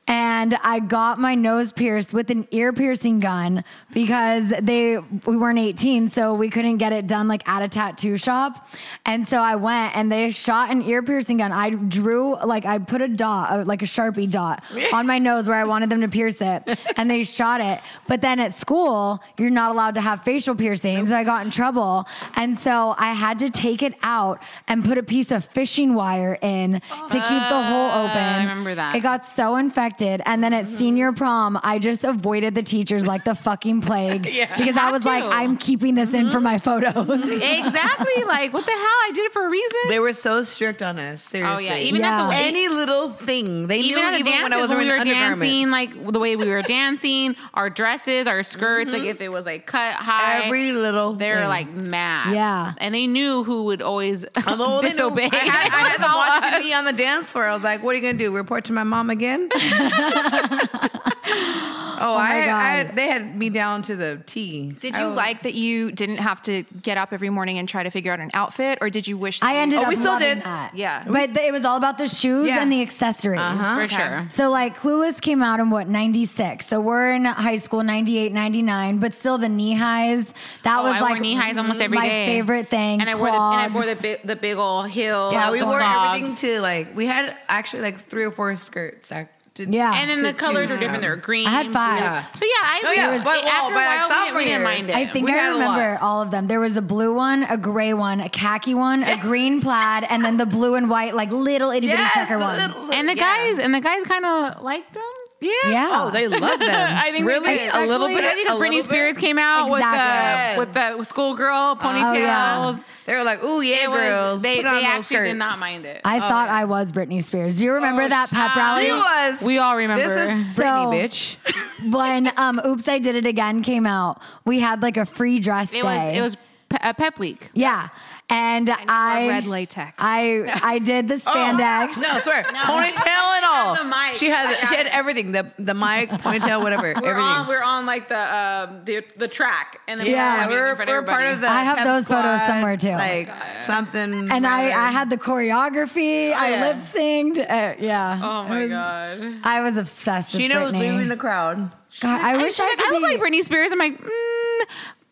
And I got my nose pierced with an ear piercing gun because they we weren't 18, so we couldn't get it done like at a tattoo shop. And so I went and they shot an ear piercing gun. I drew like I put a dot, uh, like a sharpie *laughs* dot, on my nose where I wanted them to pierce it, and they shot it. But then at school, you're not allowed to have facial piercings. So I got in trouble, and so I had to take it out and put a piece of fishing wire in to keep the hole open. Ah, I remember that. Mm-hmm. It got so infected, and then at senior prom, I just avoided the teachers like the fucking plague *laughs* because I Have was like, to. Mm-hmm. I'm keeping this in for my *laughs* photos. exactly. Like what the hell? I did it for a reason. They were so strict on us. Seriously. oh yeah. Even Yeah. at the any little thing, they even knew. at the even dances, when I was we wearing were dancing, undergarments. like the way we were dancing, our dresses, our skirts, like if it was like cut high, Mm-hmm. Every little They're thing. like mad. Yeah. and they knew who would always *laughs* *laughs* Although they know- disobey. I had, I *laughs* *laughs* had them watching me on the dance floor. I was like, "What are you gonna do? Report to my mom *laughs* again?" oh, I, I Oh God. they had me down to the T. Oh, Did you like that you didn't have to get up every morning and try to figure out an outfit, or did you wish? That I ended Oh, up we still loving did. that. Yeah. But th- it was all about the shoes Yeah. and the accessories. for sure. So like Clueless came out in what 96. So we're in high school 98, 99, but still the knee highs. That Oh, was I like wore knee highs almost every my day. favorite thing. And I wore the, and I clogs. wore the big, the big old heel. Yeah, we the wore clogs. everything to like we had actually like three or four skirts. I did- Yeah. And then to the colors were choose different. from. They were green. I had five. blue. Yeah. So yeah, I Oh, yeah. it was- But, it- well, after a by while, we sophomore didn't- we didn't year, mind it. I think We I had a lot. remember all of them. There was a blue one, a gray one, a khaki one, a green plaid, and then the blue and white, like little itty bitty Yes, checker the one. little- and the yeah. guys and the guys kind of liked them. Yeah. Yeah. Oh, they *laughs* love them. I think really they, a little bit. I think a the Britney little Spears bit. came out Exactly. with the with the schoolgirl ponytails. They were like, "Ooh, yeah, It was- girls." they put on they those actually skirts. did not mind it. Oh, I thought I was Britney Spears. Do you remember that pep child. rally? She was. We all remember. This is So- Britney, bitch. when um, Oops, I Did It Again came out, we had like a free dress it day. was it was pe- uh, pep week. yeah, and I red latex. I I did the spandex. Oh, No, I swear, ponytail and all. the mic. She had Like, she I- had everything. The the mic, ponytail, whatever. We're everything. on, we're on like the um, the the track, and then Yeah, yeah, I yeah, mean, we're, we're part of the. I have pep those photos squad, somewhere, too. Like something. And I, rather. I had the choreography. I yeah. lip synced. Uh, yeah. Oh It my was- god! I was obsessed. She with knows we Britney. were in the crowd. God, I wish I, I, could I look be- like Britney Spears. I'm like, mm,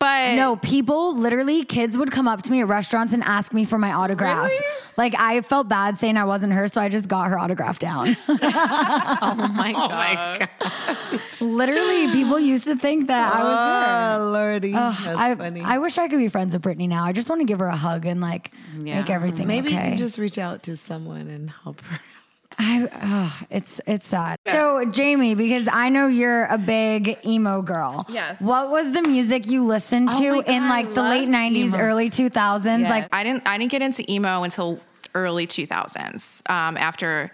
but No, people literally, kids would come up to me at restaurants and ask me for my autograph. Like I felt bad saying I wasn't her, so I just got her autograph down. *laughs* Oh my god! literally, people used to think that I was her. Oh, lordy, Ugh, I, I wish I could be friends with Brittany now. I just want to give her a hug and like make everything Maybe you okay. can just reach out to someone and help *laughs* her. I, ugh, it's it's sad. So Jamie, because I know you're a big emo girl. Yes. What was the music you listened to Oh my God, in I like the late loved '90s, emo. early 2000s? Yes. Like, I didn't I didn't get into emo until early 2000s um, after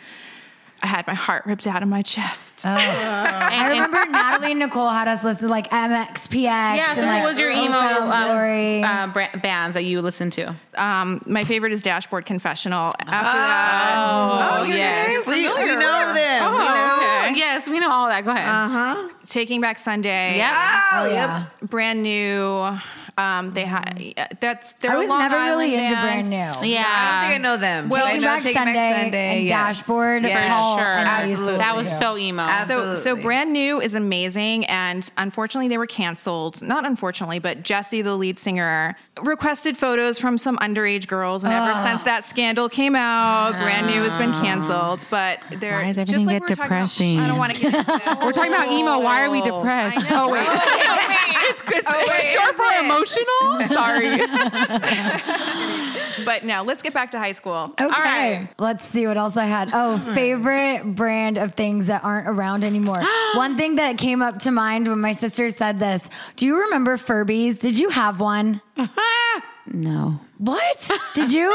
I had my heart ripped out of my chest. Oh. I remember Natalie and Nicole had us listen to like MXPX. Yeah, so and, like, what was your emo Fat um, Glory. uh, bra- bands that you listened to? Um, my favorite is Dashboard Confessional. After that, Oh, yes, We, we know them. Oh, we know. okay. yes, we know all that. Go ahead. Taking Back Sunday. Yeah, Ah, oh yeah. brand new. Um, they had yeah, that's they're I a was Long never Island really into band. brand new. yeah. I don't think I know them. Well, I Taking know Back Sunday and yes. Dashboard, Yes. Paul, sure, and I used to absolutely. That was listen to. so emo. So, so Absolutely. brand new is amazing, and unfortunately, they were canceled. Not unfortunately, but Jesse, the lead singer, requested photos from some underage girls, and ever Ah. since that scandal came out, brand new has been canceled. But they're Why does just everything like get we were talking about- depressing? I don't want to get into this. We're talking about emo. Why are we depressed? Oh wait, *laughs* it's, it's, Oh, it's short for emotional. Sorry. *laughs* but no, let's get back to high school. Okay. right. Let's see what else I had. Oh, favorite brand of things that aren't around anymore. one thing that came up to mind when my sister said this Do you remember Furbies? Did you have one? no. What? *laughs* Did you?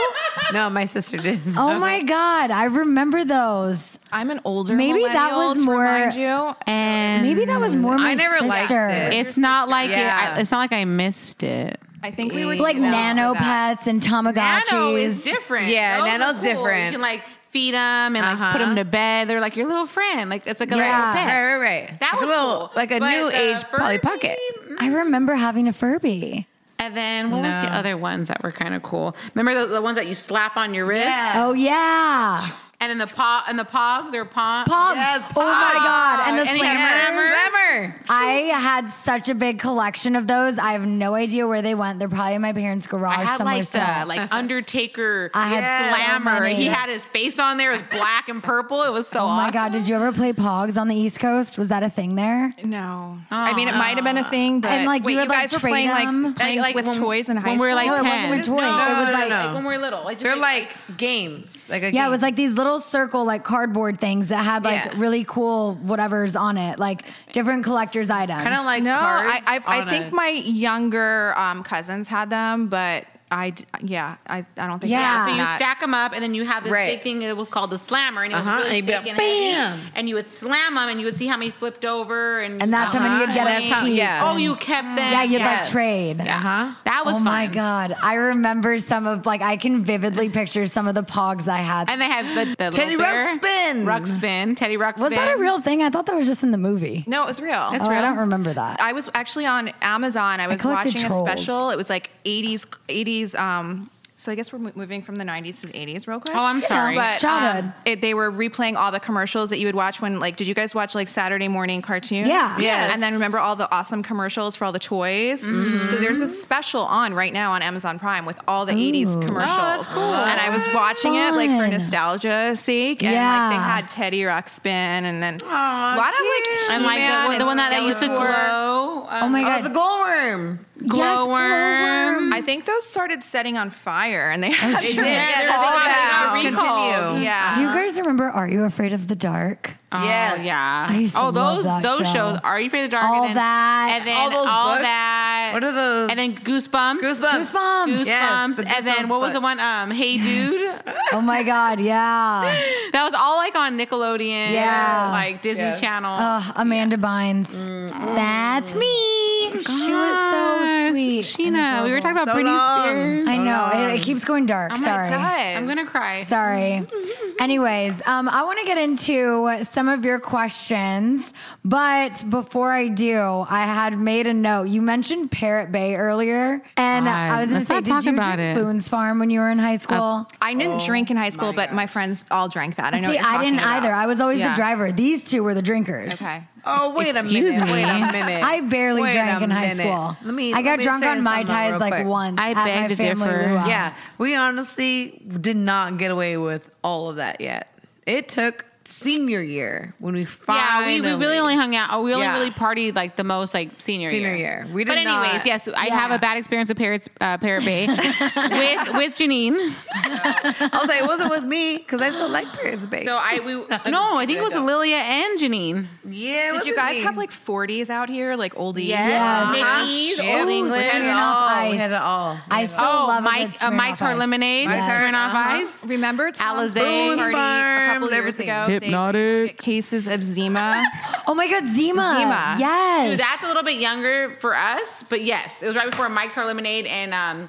No, my sister did. *laughs* oh my God. I remember those. I'm an older Maybe that millennial, was to more- remind you. And Maybe that was more my I never sister. liked it. it's not like Yeah. it, I, it's not like I missed it. I think we were Like too young nano for that. pets and Tamagotchis. Nano is different. Yeah, Those Nano's are different. You can like feed them and like put them to bed. They're like your little friend. Like it's like a Yeah. little pet. Right, right, right. That Like a was little- cool. like a But new the mm. age Polly Furby- Pocket. I remember having a Furby. And then what was the other ones that were kind of cool? Remember the, the ones that you slap on your wrist? Oh yeah. And then the paw and the pogs or paw. Pogs. Oh my god. And the And the slammers. hammers. Slammer. I had such a big collection of those. I have no idea where they went. They're probably in my parents' garage I had somewhere. like still. the like Undertaker I had so slammer. many. He had his face on there. It was black and purple. It was so oh my god, did you ever play Pogs on the East Coast? Was that a thing there? No, I mean it might have been a thing, but And, like, wait, you would, like, guys were trade playing them? like playing with when- toys in high when we school. were like No, it wasn't 10. with toys. No, it was like like when we were little. Like just They're like games. Like a Yeah, game. it was like these little circle like cardboard things that had like Yeah. really cool whatever's on it, like different collector's items. kind of like no, cards I I, I on think a- my younger um, cousins had them, but I d- yeah I, I don't think I Yeah. had So you that. stack them up, and then you have this Right. big thing. It was called the slammer, and it was Uh-huh, really and you'd be big like, and heavy, "Bam." And you would slam them, and you would see how many flipped over, and And that's how many you'd get Uh-huh. at That's how- peak. yeah. Oh, you kept them. Yeah, you'd Yes. like trade. Uh huh. That was oh fun. my god. I remember some of like I can vividly picture some of the pogs I had. And they had the, the Teddy little bear. Ruxpin. Ruxpin, Teddy Ruxpin. was that a real thing? I thought that was just in the movie. no, it was real. Oh, I don't remember that. I was actually on Amazon. I was collected watching trolls. a special. It was like 80s 80s. Um, so I guess we're mo- moving from the 90s to the 80s real quick. Oh, I'm sorry. But um, childhood. it, they were replaying all the commercials that you would watch when, like, did you guys watch like Saturday morning cartoons? Yeah. Yes. And then remember all the awesome commercials for all the toys. Mm-hmm. So there's a special on right now on Amazon Prime with all the 80s commercials. Oh, And I was watching it like for Fun. nostalgia's sake. And like they Yeah. had Teddy Ruxpin and then a lot of like And like He-Man the, the and one that, that used to Skeletor. glow. oh my Oh, god. the glowworm. glowworm. I think those Oh, started setting on fire, and they had did. Yeah, to there's all like that a out. recall. Yeah. Do you guys remember remember Are You Afraid of the Dark? Oh, Yes. yeah. I used to oh, love those that those show. shows. Are you afraid of the dark? All and then, that. And then all, All those books. that. What are those? And then goosebumps. Goosebumps. Goosebumps. Goosebumps. Yes, the and then Goosebumps what was the books. one? Um, Hey *laughs* Dude. Oh my God, yeah. *laughs* that was all like on Nickelodeon. Yeah. Like Disney Yes. Oh, Channel. Ugh, Amanda Bynes. Mm, That's me. She was so Yes. sweet. and Sheena, we were talking about So Britney long. Spears. I know. It, it keeps going dark. Sorry. I'm gonna cry. Sorry. Anyways, um, I want to get into some of your questions, but before I do, I had made a note. You mentioned Parrot Bay earlier, and I was God, going to let's say, not did talk you about drink it. Boone's Farm when you were in high school? I didn't drink in high school, but my friends all drank that. I know. See, what you're I talking didn't about. either. I was always Yeah. the driver. These two were the drinkers. Okay. Oh, wait Excuse a minute. me. Wait a minute. I barely Wait drank a in high minute. school. Let me, I let got me drunk say on Mai something real Tais like quick. once. I at beg my to family differ. luau. Yeah, we honestly did not get away with all of that yet. It took senior year when we Yeah, finally. we, we really only hung out. Oh, we only Yeah. really partied like the most like senior year. Senior year. We did But anyways, not- yes, I have a bad experience with Parrot uh, Parrot *laughs* Bay with with Janine. I was like, it wasn't with me because I still like Paris Bay. So I *laughs* we no, I think it was don't. Lilia and Janine. yeah, it Did you wasn't guys me. have like 40s out here, like oldies? Uh-huh. Mickey's, Yeah. Old Ooh, English. we had it all. We had it all. I still oh, love a good Mike, uh, Smirnoff Mike's Hard Ice. Lemonade, Yes. Smirnoff Uh-huh. Ice. Remember Alizé. Tom's Boone's Boone's party a couple Farm, years everything. ago? They Hypnotic. get cases *laughs* of Zima. Oh my God, Zima. Zima. Yes. Dude, that's a little bit younger for us, but yes, it was right before Mike's Hard Lemonade and um,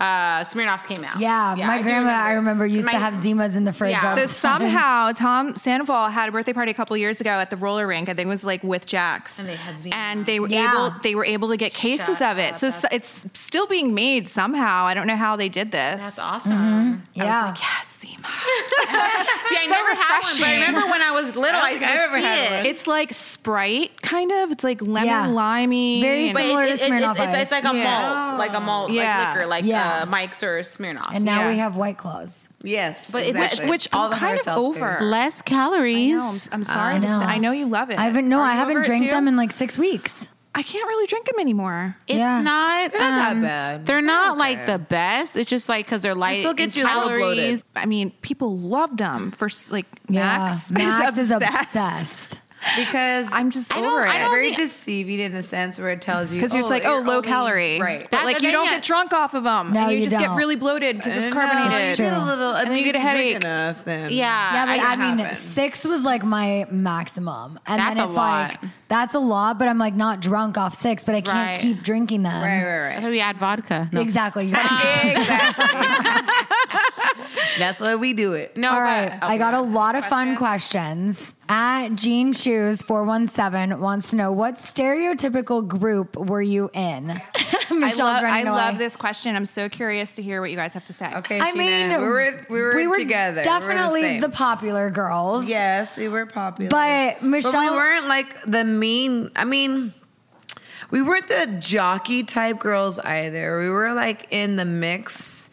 uh, Smirnoff's came out. Yeah, my I do grandma, I remember, used to My- have Zimas in the fridge. Yeah. all the so time. somehow Tom Sandoval had a birthday party a couple years ago at the roller rink. I think it was like with Jax, and they had and they were Yeah. able they were able to get cases of it. So, so it's still being made somehow. I don't know how they did this. That's awesome. yeah. I was like, yes, *laughs* Zima. See, I never had one, but I remember when I was little, I, think could I've ever see had it. one. it's like Sprite, kind of. It's like lemon Yeah. limey. Very and- But similar to it- it- it- Smirnoff it's, it's Ice. like a Yeah. malt, like a malt, Yeah. like liquor, like Yeah. uh, Mike's or Smirnoff. and now Yeah. we have White Claws. Yes, But it's- exactly. which I'm kind hard of over. seltzers. less I calories. know, I'm, I'm sorry. I I know. know. I know you love it. I haven't, no, Are I you haven't over it drank too? them in like six weeks. I can't really drink them anymore. It's Yeah. not. They're not that um, bad. They're They're not not like bad. the best. It's just like because they're light still get in you a little bloated. calories. I mean, people loved them for s- like Max. yeah. Max is *laughs* obsessed. because I'm just I don't- over I it. don't very think- deceiving in a sense where it tells you because it's like you're oh low only- calorie right? but That's like the you don't thing. get drunk off of them No, and you, you just don't. get really bloated because it's No, carbonated true. I feel a little, I And then mean, you get a if drink headache. Enough, then Yeah. Yeah, but I- I, mean, haven't. six was like my maximum, and That's then a it's lot. like that's a lot. But I'm like not drunk off six, but I can't Right. keep drinking them. right, right, That's right. why we add vodka. No. Exactly. You *laughs* gotta keep *laughs* That's why we do it. No, All but- right. oh, I got a lot of fun questions. At Jean Shoes 417 wants to know what stereotypical group were you in? I, Michelle's love, I running away. love this question i'm so curious to hear what you guys have to say Okay, I Sheena, mean, we were we were, together. We were the Definitely same. the popular girls. Yes, we were popular. But But Michelle- we weren't like the mean. I mean, we weren't the jockey type girls either. We were like in the mix,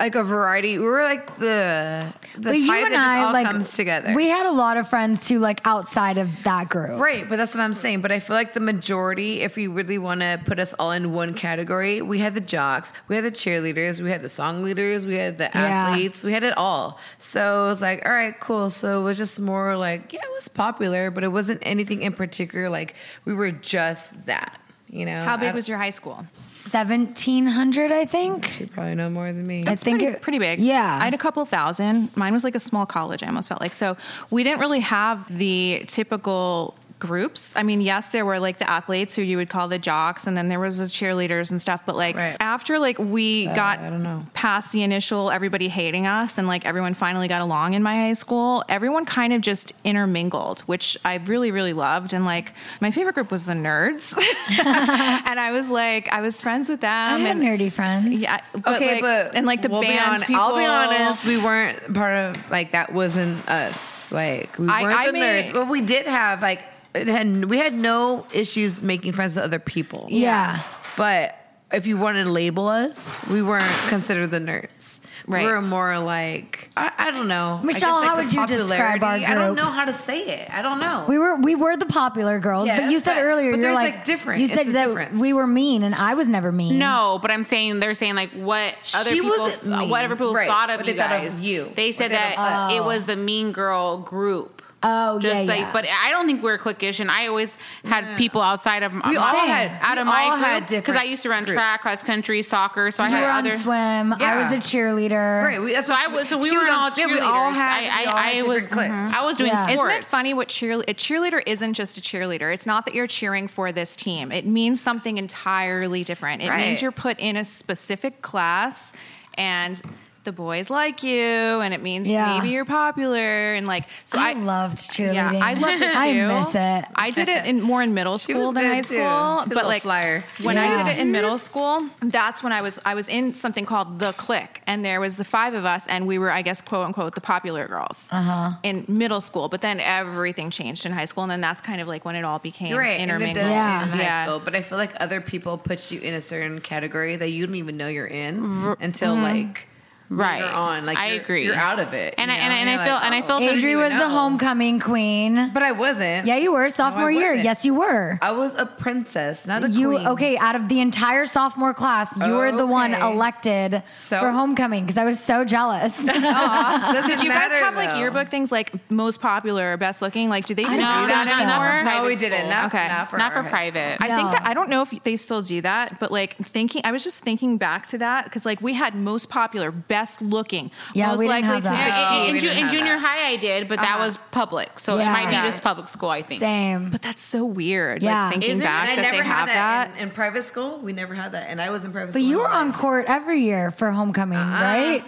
like a variety. We were like the the But type you that and just I all like comes together. We had a lot of friends too, like outside of that group. Right, but that's what I'm saying. But I feel like the majority, if we really want to put us all in one category, we had the jocks, we had the cheerleaders, we had the song leaders, we had the Yeah. athletes, we had it all. So it was like, all right, cool. So it was just more like, yeah, it was popular, but it wasn't anything in particular. Like we were just that, you know. how Uh, big I- was your high school Seventeen hundred, I think. You probably know more than me. I think pretty, it- pretty big Yeah. i had a couple thousand mine was like a small college i almost felt like so we didn't really have the typical groups i mean yes there were like the athletes who you would call the jocks and then there was the cheerleaders and stuff but like Right. after like we got I don't know. past the initial everybody hating us and like everyone finally got along in my high school, everyone kind of just intermingled, which I really, really loved. And like my favorite group was the nerds. *laughs* and I was like, I was friends with them. Um, I had and nerdy friends. yeah, but okay, like, but and like the we'll be band hon- people. I'll be honest, we weren't part of like that wasn't us. Like we weren't I- I the made- nerds, but we did have like it had we had no issues making friends with other people. Yeah. but if you wanted to label us, we weren't considered the nerds. Right. We're more like I, I don't know. I Michelle, guess, like, how the would you describe popularity. our I don't group? know how to say it. I don't know. We were we were the popular girls, Yeah, but you that's said that- earlier but you're there's, like, like, different- You it's said a that difference. we were mean, and I was never mean. No, but I'm saying they're saying like what other She people, wasn't mean. what other people Right. thought of What you they thought of guys. you. They What said they that thought it was the mean girl group. Oh Just yeah, like, yeah. but I don't think we're cliquish, and I always had people outside of my We all Same. had out we of my all group had different because I used to run groups. track, cross country, soccer, so I you had were on other swim. I Yeah. was a cheerleader. Right. We, that's So what- I was. So we she were was all on- yeah, cheerleaders. We all had. I, we I, all had I different was. cliques. Mm-hmm. I was doing Yeah. Isn't sports. it Isn't it funny what cheer a cheerleader isn't just a cheerleader? It's not that you're cheering for this team. It means something entirely different. It Right. means you're put in a specific class and the boys like you and it means Yeah. maybe you're popular and like so I, I loved cheerleading. Yeah, I *laughs* loved it too. I miss it. I did it in more in middle She school was than good high too. school, She was a but little like flyer. when I Yeah. did it in middle school, that's when I was I was in something called the clique, and there was the five of us, and we were I guess quote unquote the popular girls Uh-huh. in middle school. But then everything changed in high school, and then that's kind of like when it all became You're right. and it intermingled. does Yeah. change in high Yeah. school, but I feel like other people put you in a certain category that you don't even know you're in until mm. like Right. later on. Like I you're, agree. You're out of it. And I- you and I- know? and I You're feel- like, and I oh. feel- didn't Adri even was the know. homecoming queen. But I wasn't. Yeah, you were No, I sophomore year. wasn't. Yes, you were. I was a princess, not a You queen. okay? Out of the entire sophomore class, you were the one Okay. elected So- for homecoming because I was so *laughs* jealous. Doesn't Did you guys matter, have like though. yearbook things like most popular or best looking? Like, do they even don't do think that so. No, anymore? No, we didn't. Not, Okay. not for Not our for high private. I think that No. I don't know if they still do that, but like thinking, I was just thinking back to that because like we had most popular, best looking, Yeah, most we didn't likely have to that. Yeah, succeed. Oh, in, we in, ju- didn't in have junior that. Uh-huh. high, I did, but that was public, so Yeah. it might be Yeah. just public school. I think. Same. But that's so weird. Yeah. Like thinking Isn't it? school. back And I that never they had have that, that. In, in private school. We never had that, and I was in private But school. you all were my on life. court every year for homecoming, right?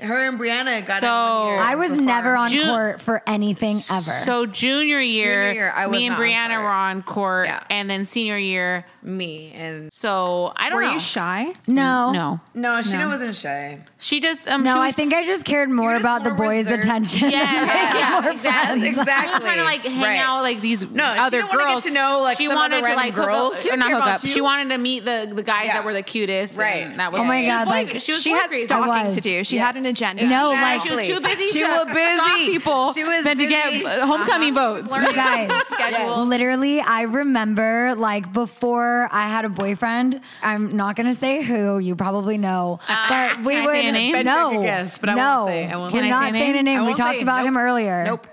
Her and Brianna got So- it one year I was Uh-huh. before. never on Ju- court for anything ever. So junior year, Junior year, I was me and not on Brianna court. were on court, Yeah. and then senior year, me and so I don't Were know. you shy? no, No, no, Sheena wasn't shy. she just um. no. she was, I think I just cared more just about the more boys' reserved. attention. *laughs* Yeah, than yeah, making yeah, more exactly. friends. She was trying to like hang Right. out like these No, she other didn't wanna get girls. to know, like, she some wanted other to random like girls. hook She up, or didn't not care hook about up. you. She wanted to meet the the guys that were the cutest. Right. and that was Oh my she was God, boy- like, she was She boy had crazy. stalking was. to do. She had an agenda. No, Yeah, like she was too busy. She *laughs* to was stalk busy. people. She was than to busy. get uh, homecoming votes. You *laughs* guys, Schedule. literally, I remember like before I had a boyfriend. I'm not gonna say who. You probably know, but we Uh, can I would say a name? I bet you no, I could guess, but I no. won't say. I won't We're say. not Can I say a saying a name? name. I We won't talked say. about him Nope. earlier. Nope.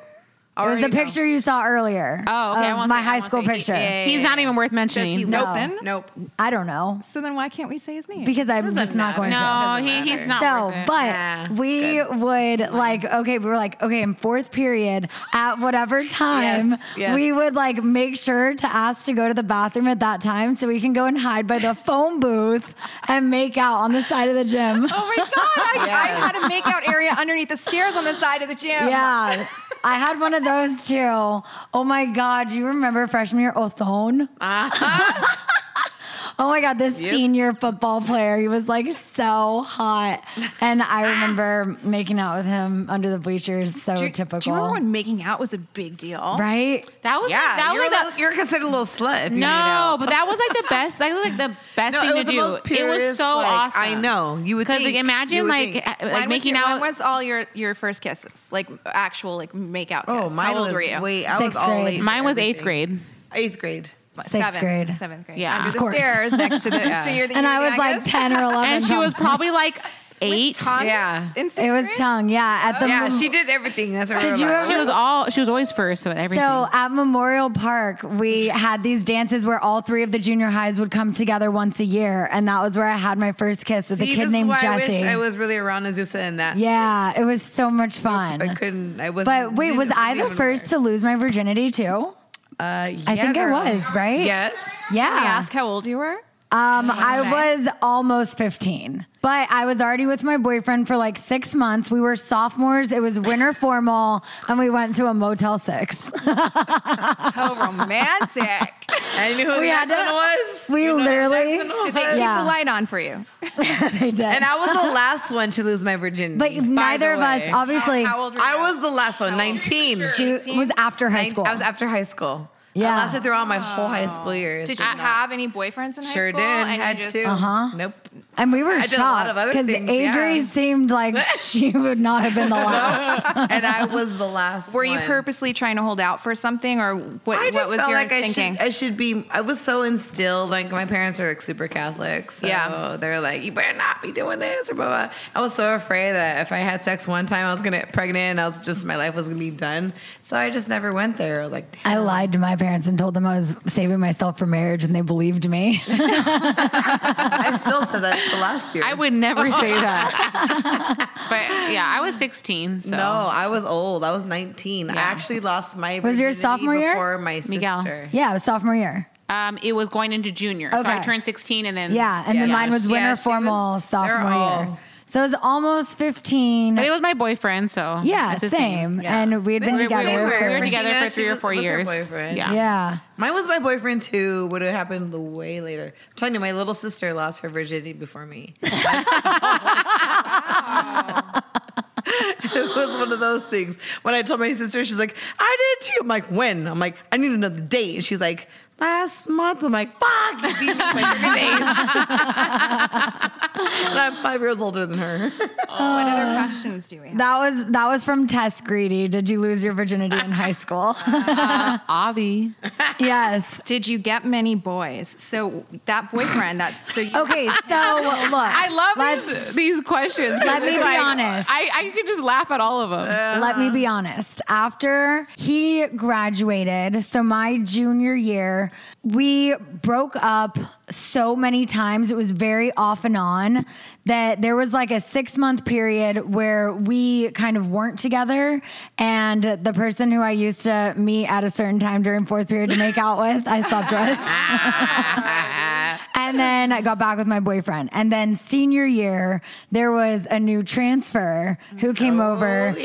It was Already the know. picture you saw earlier. Oh, okay. I of won't my say- I high won't school say. picture. He's not even worth Does he mentioning. No. listen? Nope. I don't know So then why can't we say his name? because I'm just not matter. going to. No, Doesn't he, he's matter. not. So, worth it. but Nah, it's we would like, okay, we were like, okay, in fourth period at whatever time, Yes, yes. we would like make sure to ask to go to the bathroom at that time so we can go and hide by the phone booth and make out on the side of the gym. *laughs* Oh my god! I, I had a makeout area underneath the stairs on the side of the *laughs* gym. Yeah. I had one of those too. Oh my God. Do you remember freshman year Othone? oh my God. This senior football player. He was like so hot. And I remember making out with him under the bleachers. So Do you, typical. do you remember when making out was a big deal? right? that was Yeah, *laughs* like, that was you're, like a the little- you're considered a little slut. If you made No, out. but that was like the best. That was like the best No, thing it was to the do. most it was purest, so like, awesome. I know. You would because like think. imagine You would like think. uh, like When was making your- out. When was all your your first kisses? Like actual like make out Oh, kiss. mine How old was were you? Wait, I Sixth was all grade. late for Mine was eighth everything. grade. Eighth grade. Sixth grade. Seventh grade. Yeah. Under Of the course. stairs next to the, so you're the And you're I the was like youngest? 10 or 11. And she was probably like eight. With tongue? Yeah. In sixth it was grade? tongue. Yeah. At the Yeah, mem- she did everything. That's what I Did you remember. She was all. She was always first so everything. So at Memorial Park, *laughs* we had these dances where all three of the junior highs would come together once a year, and that was where I had my first kiss with See, a this kid is named why I wish Jesse. I was really around Azusa in that. yeah, it was so much fun. I couldn't. I was. but wait, was I the first to lose my virginity too? Uh, yeah, I think I girl. was, right? Yes. Yeah. Can we ask how old you were? Um, wanna I was almost 15, but I was already with my boyfriend for like six months. We were sophomores. It was *laughs* winter formal, and we went to a Motel *laughs* 6. So romantic. I knew who the We had next to- one was. we You know who the literally- next one Did they was? keep Yeah. the light on for you? They did. And I was *laughs* the last one to lose my virginity. but by neither the of us, way. obviously, How old were you? I was the last one. Nineteen. she was after high Nin- school. Oh. I was after high school. Yeah. I lasted throughout my whole high school years. Did you And have any boyfriends in high Sure school? did. And you had just two. Uh-huh. Nope. And we were I shocked did a lot of other because things, Adri yeah. seemed *laughs* like she would not have been the last. and I was the last. Were you one. purposely trying to hold out for something, or what? I just what was felt your like thinking? I should, I should be. I was so instilled. Like my parents are like super Catholic, so Yeah. they're like, you better not be doing this or blah blah. I was so afraid that if I had sex one time, I was gonna get pregnant, and I was just my life was gonna be done. So I just never went there. I was like, I damn. lied to my parents and told them I was saving myself for marriage, and they believed *laughs* me. I still said that to last *laughs* year. I would never say that. but yeah, I was 16. So. No, I was old. I was 19. I Yeah. actually lost my Was your virginity sophomore year? before my sister. Miguel. yeah, it was sophomore year. Um, it was going into junior. So Okay. I turned 16 and then. Yeah, and then Yeah, mine was she- winter yeah, she formal was- they're sophomore year. all- So it was almost 15. But it was my boyfriend, so. yeah, it's the same. And we had been We were- together. we were- for, we were together Regina, for three she or was- four was her years. boyfriend. Yeah. Yeah. Mine was my boyfriend too. Would have happened way later. I'm telling you, my little sister lost her virginity *laughs* before me. it was one of those things. When I told my sister, she's like, "I did too." I'm like, "When?" I'm like, "I need another date." And she's like, "Last month." I'm like, "Fuck!" You beat me by *laughs* three days. and I'm five years older than *laughs* her. what other questions do we have? That was that was from Tess Greedy. Did you lose your virginity in high *laughs* *laughs* school? *laughs* Avi. yes. Uh, Did you get many boys? So that boyfriend, that so you, Okay, *laughs* so look. I love let's- these, these questions. 'cause Let me it's be like, honest. I, I could just laugh at all of them. Let me be honest. After he graduated, so my junior year, we broke up so many times. It was very off and on that there was like a six month period where we kind of weren't together. And the person who I used to meet at a certain time during fourth period to make out with, I slept with. And then I got back with my boyfriend. And then senior year, there was a new transfer who came Oh, over,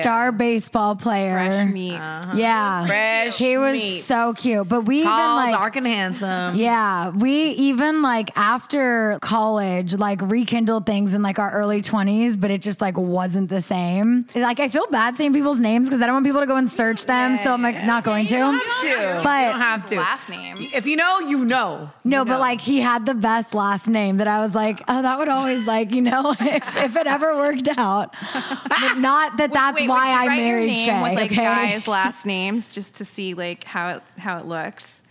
star baseball player. fresh meat. Yeah. Fresh he was meat. so cute. But we Tall, even like dark, and handsome. yeah, we even like after college, like rekindled things in like our early 20s, but it just like wasn't the same. Like I feel bad saying people's names because I don't want people to go and search them. So I'm like, not going to. to. But You don't have to. Last name. If you know, you know. No, but like he had the best last name that I was like, oh, that would always like, you know, *laughs* if, if it ever worked out. But not that that's Wait, would why you I write your married name Shay. with like okay? guys' last names just to see like how it how it looked.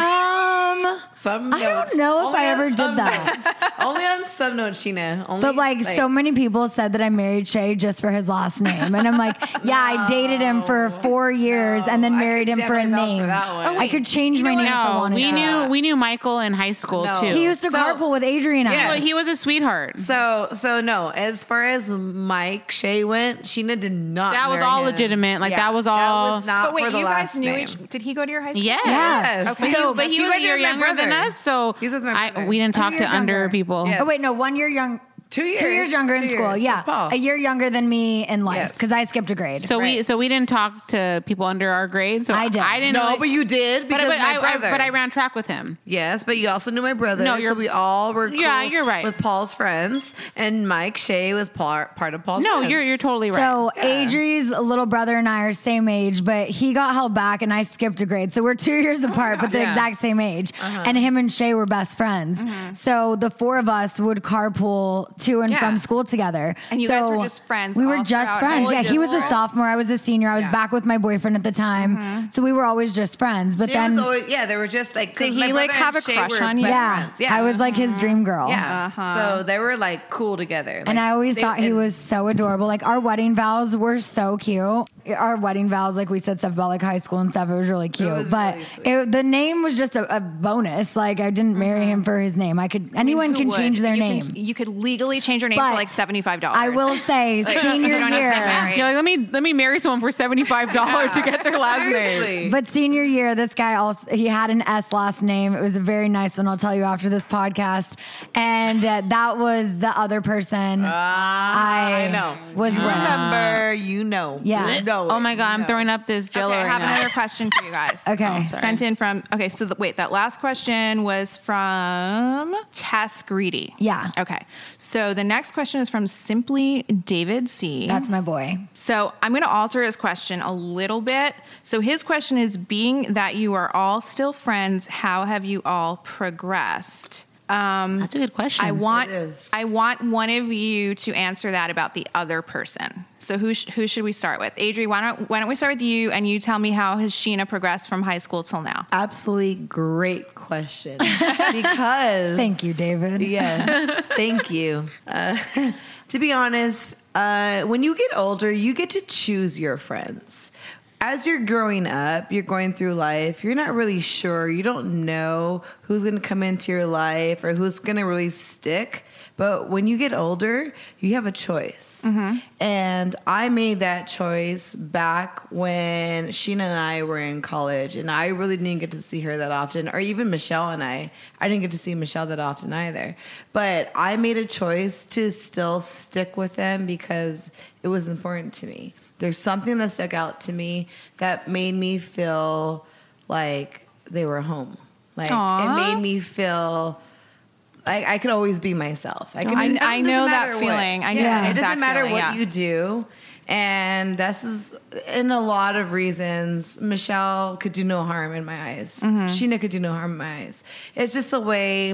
Um, Some I notes. don't know if Only I on ever did some that. notes. Only on some notes, Sheena. Only, But like, so many people said that I married Shay just for his last name, and I'm like, yeah, I dated him for four years and then No, I married could him for a definitely vouch for name. that one. Oh, I wait. could change my name if I No, wanted. we to. knew we knew Michael in high school No. too. he used to So- carpool with Adrian. and I. Yeah. he was a sweetheart. So so no. As far as Mike Shay went, Sheena did not. That was marry all him. legitimate. Like, that was all- That was not But wait, for the you last guys knew name. each. Did he go to your high school? yeah. Yes. Okay. So, You- but he you was a guys are year my younger than brother. us, so He's with my I, brother. we didn't Two talk to years under Oh, younger. people. Yes. Oh wait, no, one year young. Two Two years. years younger in Two school. years. Yeah, With Paul. a year younger than me in life Yes. because I skipped a grade. So we so we didn't talk to people under our grade. So I did. I didn't. No, really- but you did But, because but my I, I brother. but I ran track with him. Yes, but you also knew my brother. No, No, you're- so we all were. Cool Yeah, you're right. With Paul's friends, and Mike Shay was part part of Paul's. No, friends. you're you're totally right. So Adri's little brother and I are same age, but he got held back and I skipped a grade. So we're two years apart, but the Yeah. exact same age. And him and Shay were best friends. So the four of us would carpool to and Yeah. from school together. And you so guys were just friends We were all just throughout friends. high Yeah, he school. was a Just sophomore. I was a senior. I was back with my boyfriend at the time. So we were always just friends. But She then, was always, yeah, they were just like. 'cause Did he, my like, brother have and a Shay crush were on you? best yeah, friends. Yeah, I was like his dream girl. Yeah. Uh-huh. So they were like cool together. And Like, I always they- thought he and- was so adorable. Like our wedding vows were so cute. Our wedding vows, like we said stuff about like high school and stuff. It was really cute. was but really sweet. it, the name was just a, a bonus. Like I didn't marry him for his name. I could anyone Who can would? change their you name. Can, you could legally change your name But for like seventy five dollars. I will say senior you don't need to get year. married. You're like, let me let me marry someone for seventy five dollars to get their last name. *laughs* Seriously. But senior year, this guy also he had an S last name. It was a very nice one. I'll tell you after this podcast. And uh, that was the other person I, Ah, I know. was You with. remember, you know. Yeah. You know Oh it. my god, I'm throwing up this Okay, Jello. I right have now. another question for you guys. Okay. Oh, sorry. sent in from. Okay, so the, wait, that last question was from Tess Greedy. Yeah. Okay, so the next question is from Simply David C. That's my boy. So I'm going to alter his question a little bit. So his question is being that you are all still friends, how have you all progressed? Um, That's a good question. I want It is. I want one of you to answer that about the other person. So who sh- who should we start with? Adri, why don't why don't we start with you and you tell me how has Sheena progressed from high school till now? Absolutely great question. *laughs* because Thank you, David. *laughs* Yes, thank you. Uh, *laughs* to be honest, uh, when you get older, you get to choose your friends. As you're growing up, you're going through life, you're not really sure. You don't know who's going to come into your life or who's going to really stick. But when you get older, you have a choice. And I made that choice back when Sheena and I were in college, and I really didn't get to see her that often, or even Michelle and I. I didn't get to see Michelle that often either. But I made a choice to still stick with them because it was important to me. There's something that stuck out to me that made me feel like they were home. Like Aw. it made me feel like I could always be myself. I can. I- it doesn't I know that matter feeling. I know yeah. that It exact doesn't matter feeling, what yeah. you do, and this is in a lot of reasons. Michelle could do no harm in my eyes. Mm-hmm. Sheena could do no harm in my eyes. It's just a way,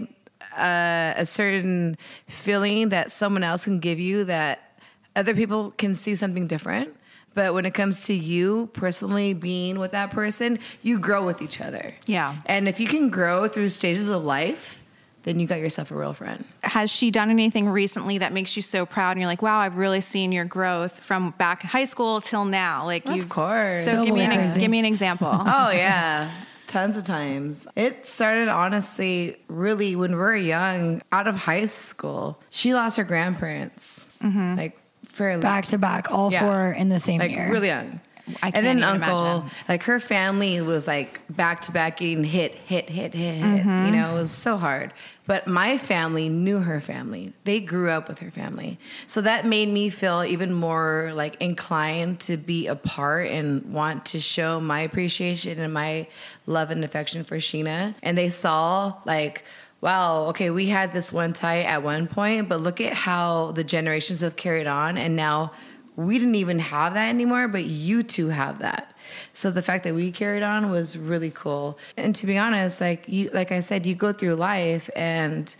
uh, a certain feeling that someone else can give you that other people can see something different. But when it comes to you personally being with that person, you grow with each other. Yeah. And if you can grow through stages of life, then you got yourself a real friend. Has she done anything recently that makes you so proud and you're like, wow, I've really seen your growth from back in high school till now? Like Of you course. So give me an ex- Totally. give me an example. Oh yeah. Tons of times. It started honestly, really, when we were young, out of high school. She lost her grandparents, like fairly Back to back, all Yeah. four in the same like year. really young. I and then can't even uncle, imagine. like her family was like back to back getting hit, hit, hit, hit, hit. Mm-hmm. You know, it was so hard. But my family knew her family. They grew up with her family. So that made me feel even more like inclined to be a part and want to show my appreciation and my love and affection for Sheena. And they saw like wow, okay, we had this one tight at one point, but look at how the generations have carried on. And now we didn't even have that anymore, but you two have that. So the fact that we carried on was really cool. And to be honest, like you, like I said, you go through life and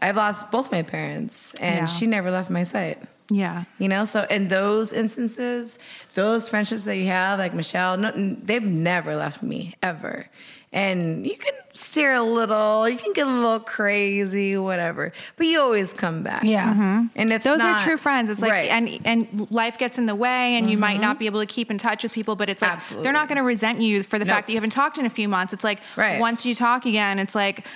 I've lost both my parents and Yeah. she never left my sight. Yeah. You know, so in those instances, those friendships that you have, like Michelle, no, they've never left me ever. And you can steer a little, you can get a little crazy, whatever, but you always come back. Yeah. And it's Those not- are true friends. It's like Right. and and life gets in the way, and you might not be able to keep in touch with people. But it's like Absolutely. they're not going to resent you for the Nope. fact that you haven't talked in a few months. It's like Right. once you talk again, it's like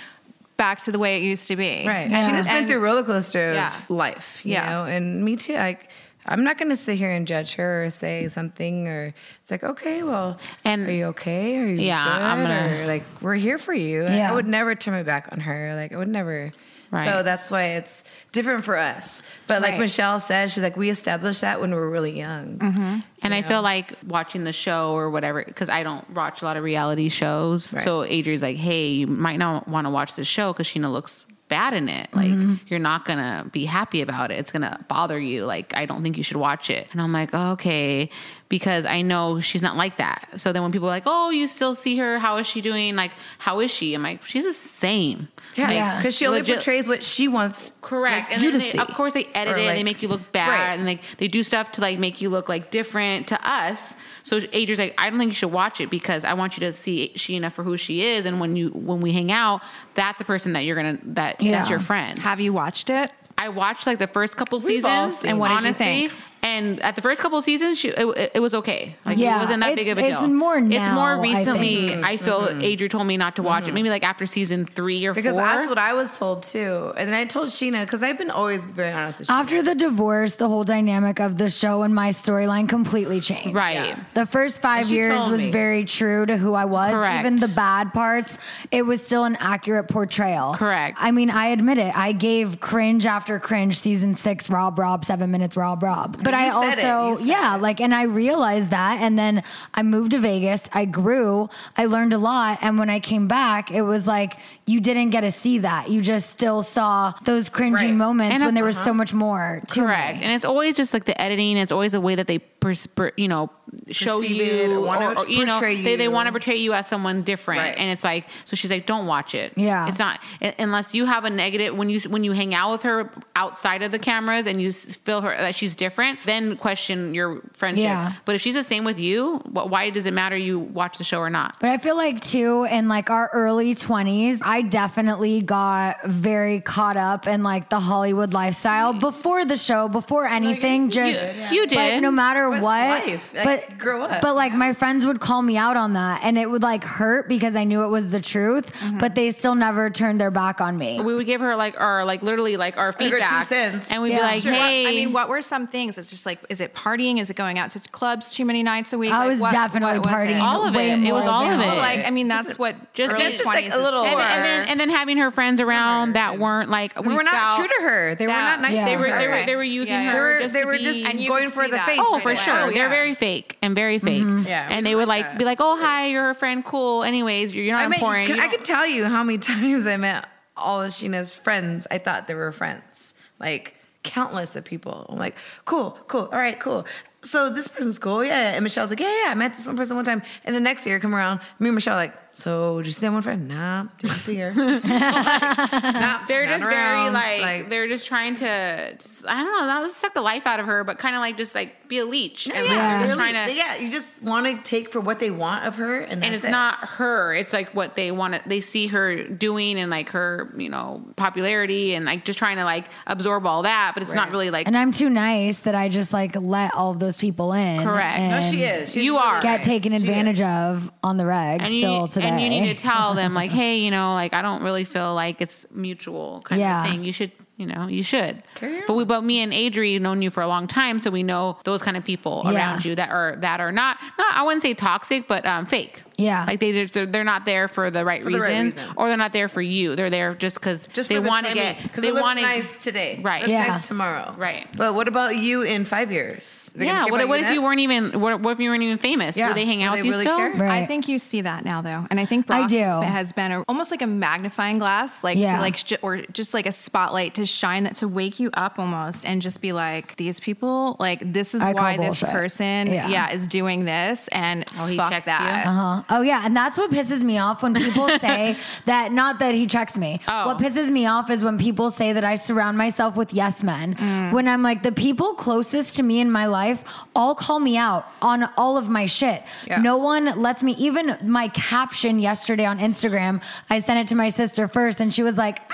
back to the way it used to be. Right. Yeah. She just went And- through a roller coaster of Yeah. life, you Yeah. know, and me too. Like, I'm not going to sit here and judge her or say something or it's like, okay, well, And- are you okay? Are you Yeah, I'm good? gonna- Or, like, we're here for you. Yeah. I would never turn my back on her. Like, I would never. Right. So that's why it's different for us. But like Right. Michelle said, she's like, we established that when we were really young. Mm-hmm. And I feel like watching the show or whatever, because I don't watch a lot of reality shows. Right. So Adri's like, hey, you might not want to watch this show because Sheena looks bad in it. Like, Mm-hmm. you're not going to be happy about it. It's going to bother you. Like, I don't think you should watch it. And I'm like, "Oh, okay, because I know she's not like that. So then when people are like, oh, you still see her. How is she doing? Like, how is she? I'm like, she's the same. Yeah. Like, Yeah. Because she only legit- portrays what she wants. Correct. like, and you then to they, see. of course they edit Or, it like- and they make you look bad Right. and like they do stuff to like make you look like different to us. So Adrian's like, I don't think you should watch it because I want you to see Sheena for who she is and when you when we hang out, that's a person that you're gonna that Yeah. that's your friend. Have you watched it? I watched like the first couple We've all seasons seen and it. honestly, What did you think? And at the first couple seasons, she, it, it- it was okay. Like Yeah, it wasn't that it's- big of a it's deal. more It's now, I more think. recently. I, feel Adrian told me not to watch it. Maybe like after season three or Because four. that's what I was told too. And then I told Sheena, because I've been always very honest with Sheena. After the divorce, the whole dynamic of the show and my storyline completely changed. Right. Yeah. The first five she years told was me. very true to who I was. Correct. Even the bad parts, it was still an accurate portrayal. Correct. I mean, I admit it. I gave cringe after cringe season six, Rob Rob, seven minutes, Rob Rob. But I said it. You also, said yeah, like, and I realized that. And then I moved to Vegas. I grew. I learned a lot. And when I came back, it was like, you didn't get to see that. You just still saw those cringing Right. moments And when of- there was so much more to Correct. me. And it's always just like the editing. It's always the way that they, pers- per- you know, show Perceive it you or wanna or, or, you know portray they, they you. want to portray you as someone different Right. and it's like so she's like don't watch it Yeah. it's not un- unless you have a negative when you when you hang out with her outside of the cameras and you s- feel her that she's different then question your friendship Yeah. but if she's the same with you wh- why does it matter you watch the show or not But I feel like too in like our early 20s, I definitely got very caught up in like the Hollywood lifestyle before the show, before anything. just Mm. You But did. no matter But it's what, life. Like, but grow up. But like my friends would call me out on that, and it would like hurt because I knew it was the truth. But they still never turned their back on me. Mm-hmm. we would give her like our like literally like our her two feedback cents. and we'd Yeah. be like Sure. hey I mean, what were some things? It's just like, is it partying? Is it going out to clubs too many nights a week? I Like, was what- definitely what was it? partying. All of way it. It was more all of than- it. Like, I mean, that's what Just- just That's early just, like, 20s a is little- and for. then, and then and then having her friends around that weren't like They were not true to her. They were Yeah. not nice. Yeah. to They were, they her. were they were using Yeah, yeah. her. They were- just they to were be- just And you going could for see the that. face. Oh, Like, for wow, sure. They're yeah. Mm-hmm. very fake and very fake. Yeah, we And they don't would like like that. be like, "Oh, hi, you're a friend. Cool. Anyways, you're, you're not I mean, important." could- You I don't- could tell you how many times I met all of Sheena's friends. I thought they were friends, like countless of people. I'm like, cool, cool, all right, cool. So this person's cool, yeah. And Michelle's like, yeah, yeah. I met this one person one time, and the next year come around, me and Michelle are like, so did you see that one friend? Nah, didn't see *laughs* her. *laughs* Like, nah, they're she's just not very around. like, they're just trying to. Just, I don't know. Not suck the life out of her, but kind of like just like be a leech and like, Yeah. they're just really, trying to. yeah. You just want to take for what they want of her, and, And that's it's it. not her. It's like what they want to. They see her doing and like her, you know, popularity and like just trying to like absorb all that. But it's not really like And I'm too nice that I just like let all of those people in. Correct. No, and She is. She's You really are. Get nice. taken She advantage is. of on the reg and still you, today. And you need to *laughs* tell them like, hey, you know, like I don't really feel like it's mutual kind Yeah. of thing. You should, you know, you should. Carry But we, but me and Adri known you for a long time, so we know those kind of people Yeah. around you that are that are not not I wouldn't say toxic, but um, fake. Yeah. like they just- they're, they're not there for the right the reasons, right reasons. or they're not there for you. They're there just because just they for the want to timing, get 'cause they it looks want nice today, Right. Looks Yeah. nice tomorrow, Right. But what about you in five years? They gonna Yeah. care What, about what if then? you weren't even what, what if you weren't even famous? Yeah. Would they hang Would out they with you really still? care? *laughs* Right. I think you see that now, though, and I think Brock do. has- has been a, almost like a magnifying glass, like Yeah. to like sh- or just like a spotlight to shine that to wake you up almost, and just be like, these people, like this is I call why this bullshit. person, Yeah. yeah. is doing this, and Oh, he fuck checks that. you? Uh-huh. Oh yeah, and that's what pisses me off when *laughs* people say that. Not that he checks me. Oh. What pisses me off is when people say that I surround myself with yes men. Mm. When I'm like the people closest to me in my life all call me out on all of my shit. Yeah. No one lets me. Even my caption yesterday on Instagram, I sent it to my sister first, and she was like. "Ah,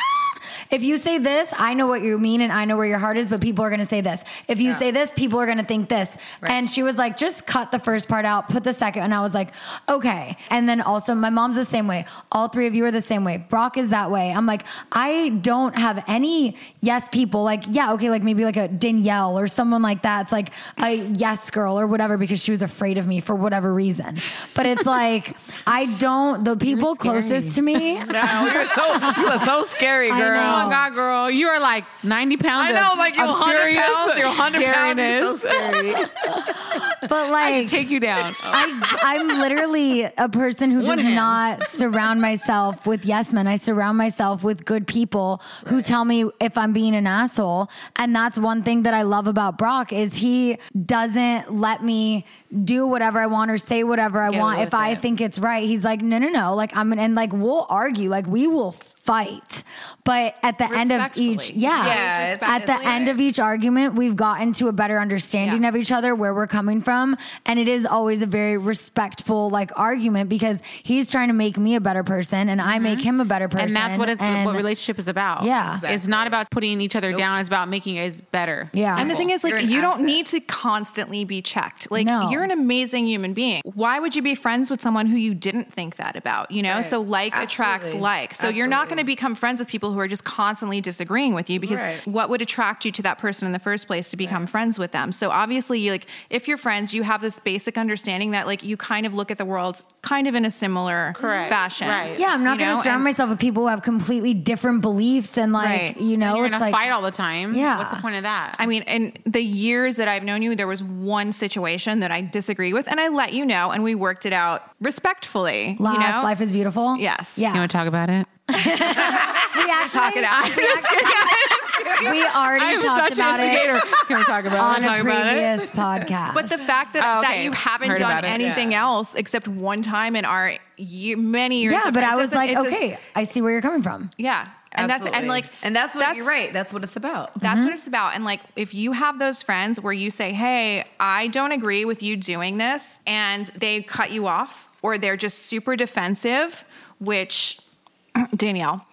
If you say this, I know what you mean and I know where your heart is, but people are going to say this. If you say this, people are going to think this. And she was like, just cut the first part out, put the second. And I was like, okay. And then also, my mom's the same way. All three of you are the same way. Brock is that way. I'm like, I don't have any yes people. Like, yeah, okay, like maybe like a Danielle or someone like that. It's like a yes girl or whatever because she was afraid of me for whatever reason. But it's like, I don't, the people closest to me, No, Oh, you're *laughs* so you are so scary, I girl. know. Oh my God, girl, you are like ninety pounds. I know, of- like you're of 100 serious pounds, you're 100 pounds, you're so scariness. scary. but like, *laughs* Take *laughs* you down. I, I'm literally a person who One does hand. not surround myself with yes men. I surround myself with good people who tell me if I'm being an asshole. And that's one thing that I love about Brock is he doesn't let me do whatever I want or say whatever I Get want away if with I it. think it's right. He's like, no, no, no. Like I'm and like we'll argue. Like we will fight. But at the end of each, Respectfully. yeah, Yeah, it's- at the it's- end of each argument, we've gotten to a better understanding Yeah. of each other, where we're coming from. And it is always a very respectful, like, argument because he's trying to make me a better person and I make him a better person. Mm-hmm. and that's what it, and- what relationship is about. Yeah. it's not about putting each other down. It's about making us better. Yeah. And the thing is, You're like, an you asset. don't need to constantly be checked. Like, No. you're an amazing human being. Why would you be friends with someone who you didn't think that about? You know, so like attracts Absolutely. like. So you're not going Absolutely. to become friends with people who are just constantly disagreeing with you because Right. what would attract you to that person in the first place to become friends with them? So obviously, you like, if you're friends, you have this basic understanding that like you kind of look at the world kind of in a similar Correct. fashion. Right. yeah, I'm not you going to know, surround and- myself with people who have completely different beliefs and, like, Right. you know, And you're it's gonna like, fight all the time. Yeah. what's the point of that? I mean, in the years that I've known you, there was one situation that I disagree with, and I let you know, and we worked it out respectfully. Laugh, you know, life is beautiful. Yes. Yeah. *laughs* you want to talk about it? we actually, *laughs* talk it out. we actually- we already was talked such about an it instigator. Can we talk about on it? a Talk about it. *laughs* previous podcast. But the fact that, Oh, that okay. you haven't Heard done about it, anything else except one time in our year, many years. yeah, of but it I was doesn't- like, it does- okay, I see where you're coming from. yeah, and that's and Absolutely. like and that's what you're right. That's what it's about. That's Mm-hmm. what it's about. And like, if you have those friends where you say, Hey, I don't agree with you doing this, and they cut you off, or they're just super defensive, which *clears throat* Danielle,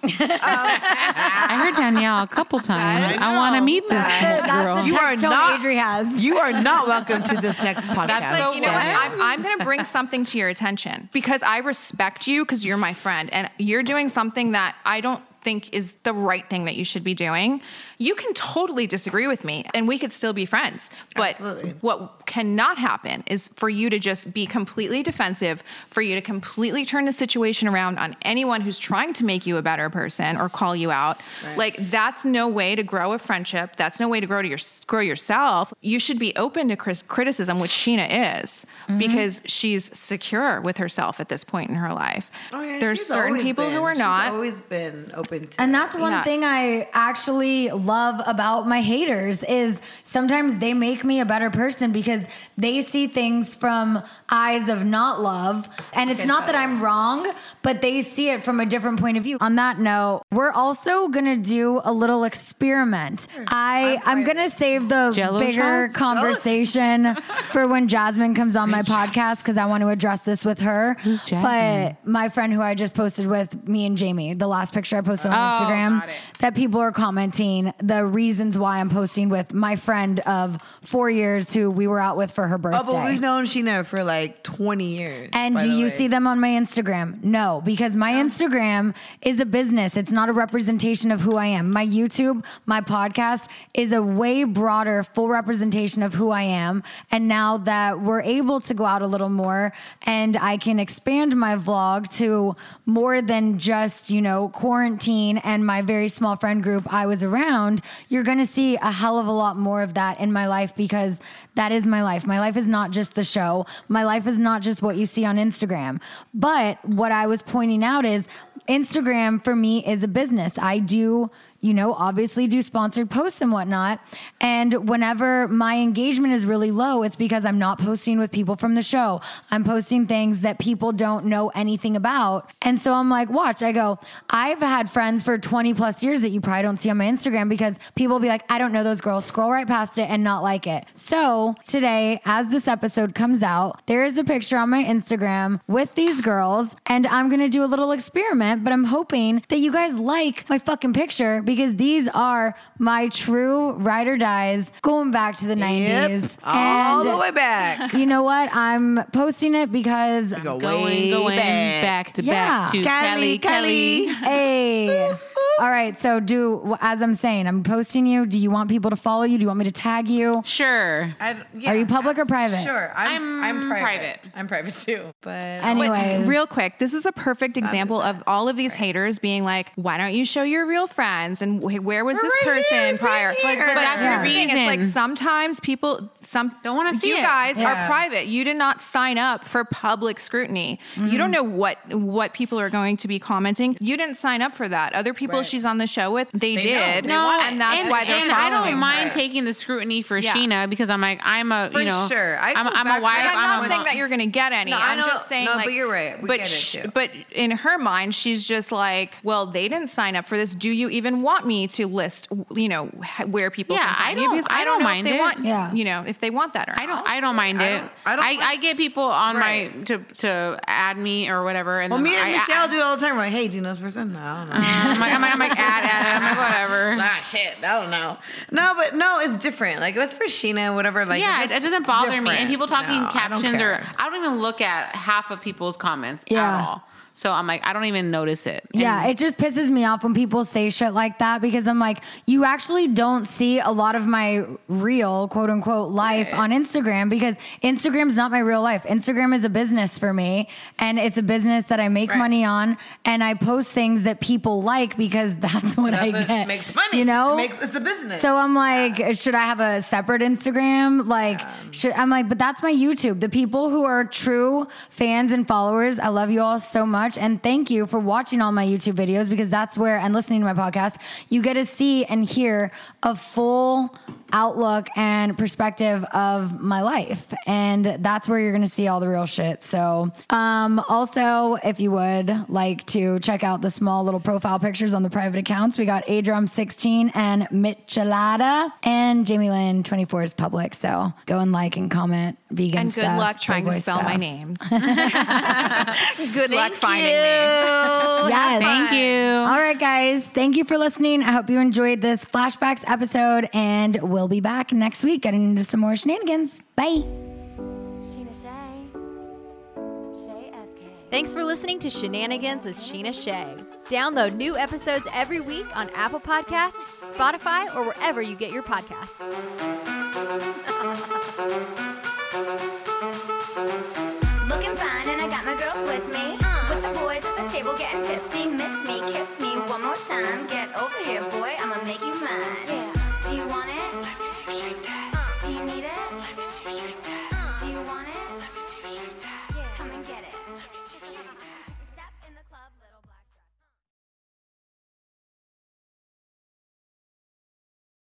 I heard Danielle *laughs* a couple times. I, know. want to meet this *laughs* girl. You are not- Adri has. You are *laughs* not welcome to this next podcast. That's But you know what? I'm, I'm going to bring something to your attention because I respect you because you're my friend and you're doing something that I don't think is the right thing that you should be doing. You can totally disagree with me and we could still be friends. But Absolutely. what cannot happen is for you to just be completely defensive, for you to completely turn the situation around on anyone who's trying to make you a better person or call you out. Like that's no way to grow a friendship. That's no way to grow to your grow yourself. You should be open to cris- criticism, which Sheena is, Mm-hmm. because she's secure with herself at this point in her life. Oh, yeah, There's she's certain always people been- who are she's not. always been open to And that's one Yeah. thing I actually love about my haters is sometimes they make me a better person because they see things from eyes of not love. And it's not that I'm wrong, but they see it from a different point of view. On that note, we're also going to do a little experiment. Hmm. I I'm going to save the Jell-O bigger shots? *laughs* conversation for when Jasmine comes on my podcast cuz I want to address this with her. Who's Jasmine? But my friend who I just posted with me and Jamie, the last picture I posted on Oh, Instagram got it. that people are commenting the reasons why I'm posting with my friend of four years who we were out with for her birthday. Oh, but we've known Sheena for like 20 years. and by do the you way. see them on my Instagram? No, because my Instagram is a business. It's not a representation of who I am. My YouTube, my podcast is a way broader, full representation of who I am. And now that we're able to go out a little more and I can expand my vlog to more than just, you know, quarantine and my very small friend group I was around, you're going to see a hell of a lot more of that in my life because that is my life. My life is not just the show. My life is not just what you see on Instagram. But what I was pointing out is Instagram for me is a business. I do, you know, obviously do sponsored posts and whatnot. And whenever my engagement is really low, it's because I'm not posting with people from the show. I'm posting things that people don't know anything about. And so I'm like, watch, I go, I've had friends for 20 plus years that you probably don't see on my Instagram because people will be like, I don't know those girls, scroll right past it and not like it. So today, as this episode comes out, there is a picture on my Instagram with these girls, and I'm gonna do a little experiment, but I'm hoping that you guys like my fucking picture because these are my true ride or dies going back to the 90s. All And the *laughs* way back. You know what? I'm posting it because Go Going, way going back, to back Yeah. to Kelly, Kelly. Hey. All right. So, do as I'm saying, I'm posting you. Do you want people to follow you? Do you want me to tag you? Sure. I- yeah, Are you public or private? Sure, I'm. I'm, I'm private. private. I'm private too. But But Anyways, real quick, this is a perfect example of all of these haters being like, "Why don't you show your real friends?" And wh- where was this Right person here, prior? right here. But, that's here's the the thing: it's like reason. sometimes people, some Don't wanna see You it. guys Yeah. are private. You did not sign up for public scrutiny. You Mm-hmm. don't know what what people are going to be commenting. You didn't sign up for that. Other people she's on the show with, They they, know. did, They want it. and that's Oh, And- why they're and I following. don't mind her. taking the scrutiny for Yeah. Sheena because I'm like I'm a For you know sure. I I'm, go I'm back a to wife. that. And I'm not a saying mom. that you're going to get any. No, I I'm know- just saying, no, like, but you're right. We but get it, sh- too. but in her mind, she's just like, well, they didn't sign up for this. Do you even want me to list, you know, h- where people? Yeah, can find I you? don't- Because I I don't don't know mind if they it. want, Yeah. you know, if they want that or I not. don't. I don't mind I it. don't- I don't I, mind- I get people on Right. my to to add me or whatever. And well, then me and I- Michelle I, do it all the time. We're like, hey, do you know this person? No, I don't know. *laughs* I'm like, I'm like, I'm like add, add, I'm like, *laughs* whatever. ah, shit, I don't know. No, but no, it's different. Like it was for Sheena, whatever. Like yeah, it, was it doesn't bother me. different. And people talking No, I don't captions or care. I don't even look at half of people's comments Yeah. at all. So I'm like, I don't even notice it. Yeah, it just pisses me off when people say shit like that because I'm like, you actually don't see a lot of my real quote unquote life on Instagram because Instagram's not my real life. Instagram is a business for me and it's a business that I make Right. money on and I post things that people like because *laughs* that's what That's I what get. makes money. You know? It makes- it's a business. So I'm like, should I have a separate Instagram? Like, should I'm like, but that's my YouTube. The people who are true fans and followers, I love you all so much. much. And thank you for watching all my YouTube videos because that's where, and listening to my podcast, you get to see and hear a full outlook and perspective of my life. And that's where you're going to see all the real shit. So, um, also, if you would like to check out the small little profile pictures on the private accounts, we got Adrum16 and Michelada and Jamie Lynn 24 is public. So go and like and comment vegan And good stuff, luck trying to Playboy spell my stuff. *laughs* names. good luck finding me. Yes. Thank you. All right, guys. Thank you for listening. I hope you enjoyed this flashbacks episode, and we'll be back next week getting into some more shenanigans. Bye. Sheena Shay. Shay FK. Thanks for listening to Shenanigans with Sheena Shea. Download new episodes every week on Apple Podcasts, Spotify, or wherever you get your podcasts. Looking fine, and I got my girls with me. With the boys at the table getting tipsy, miss me. Uh,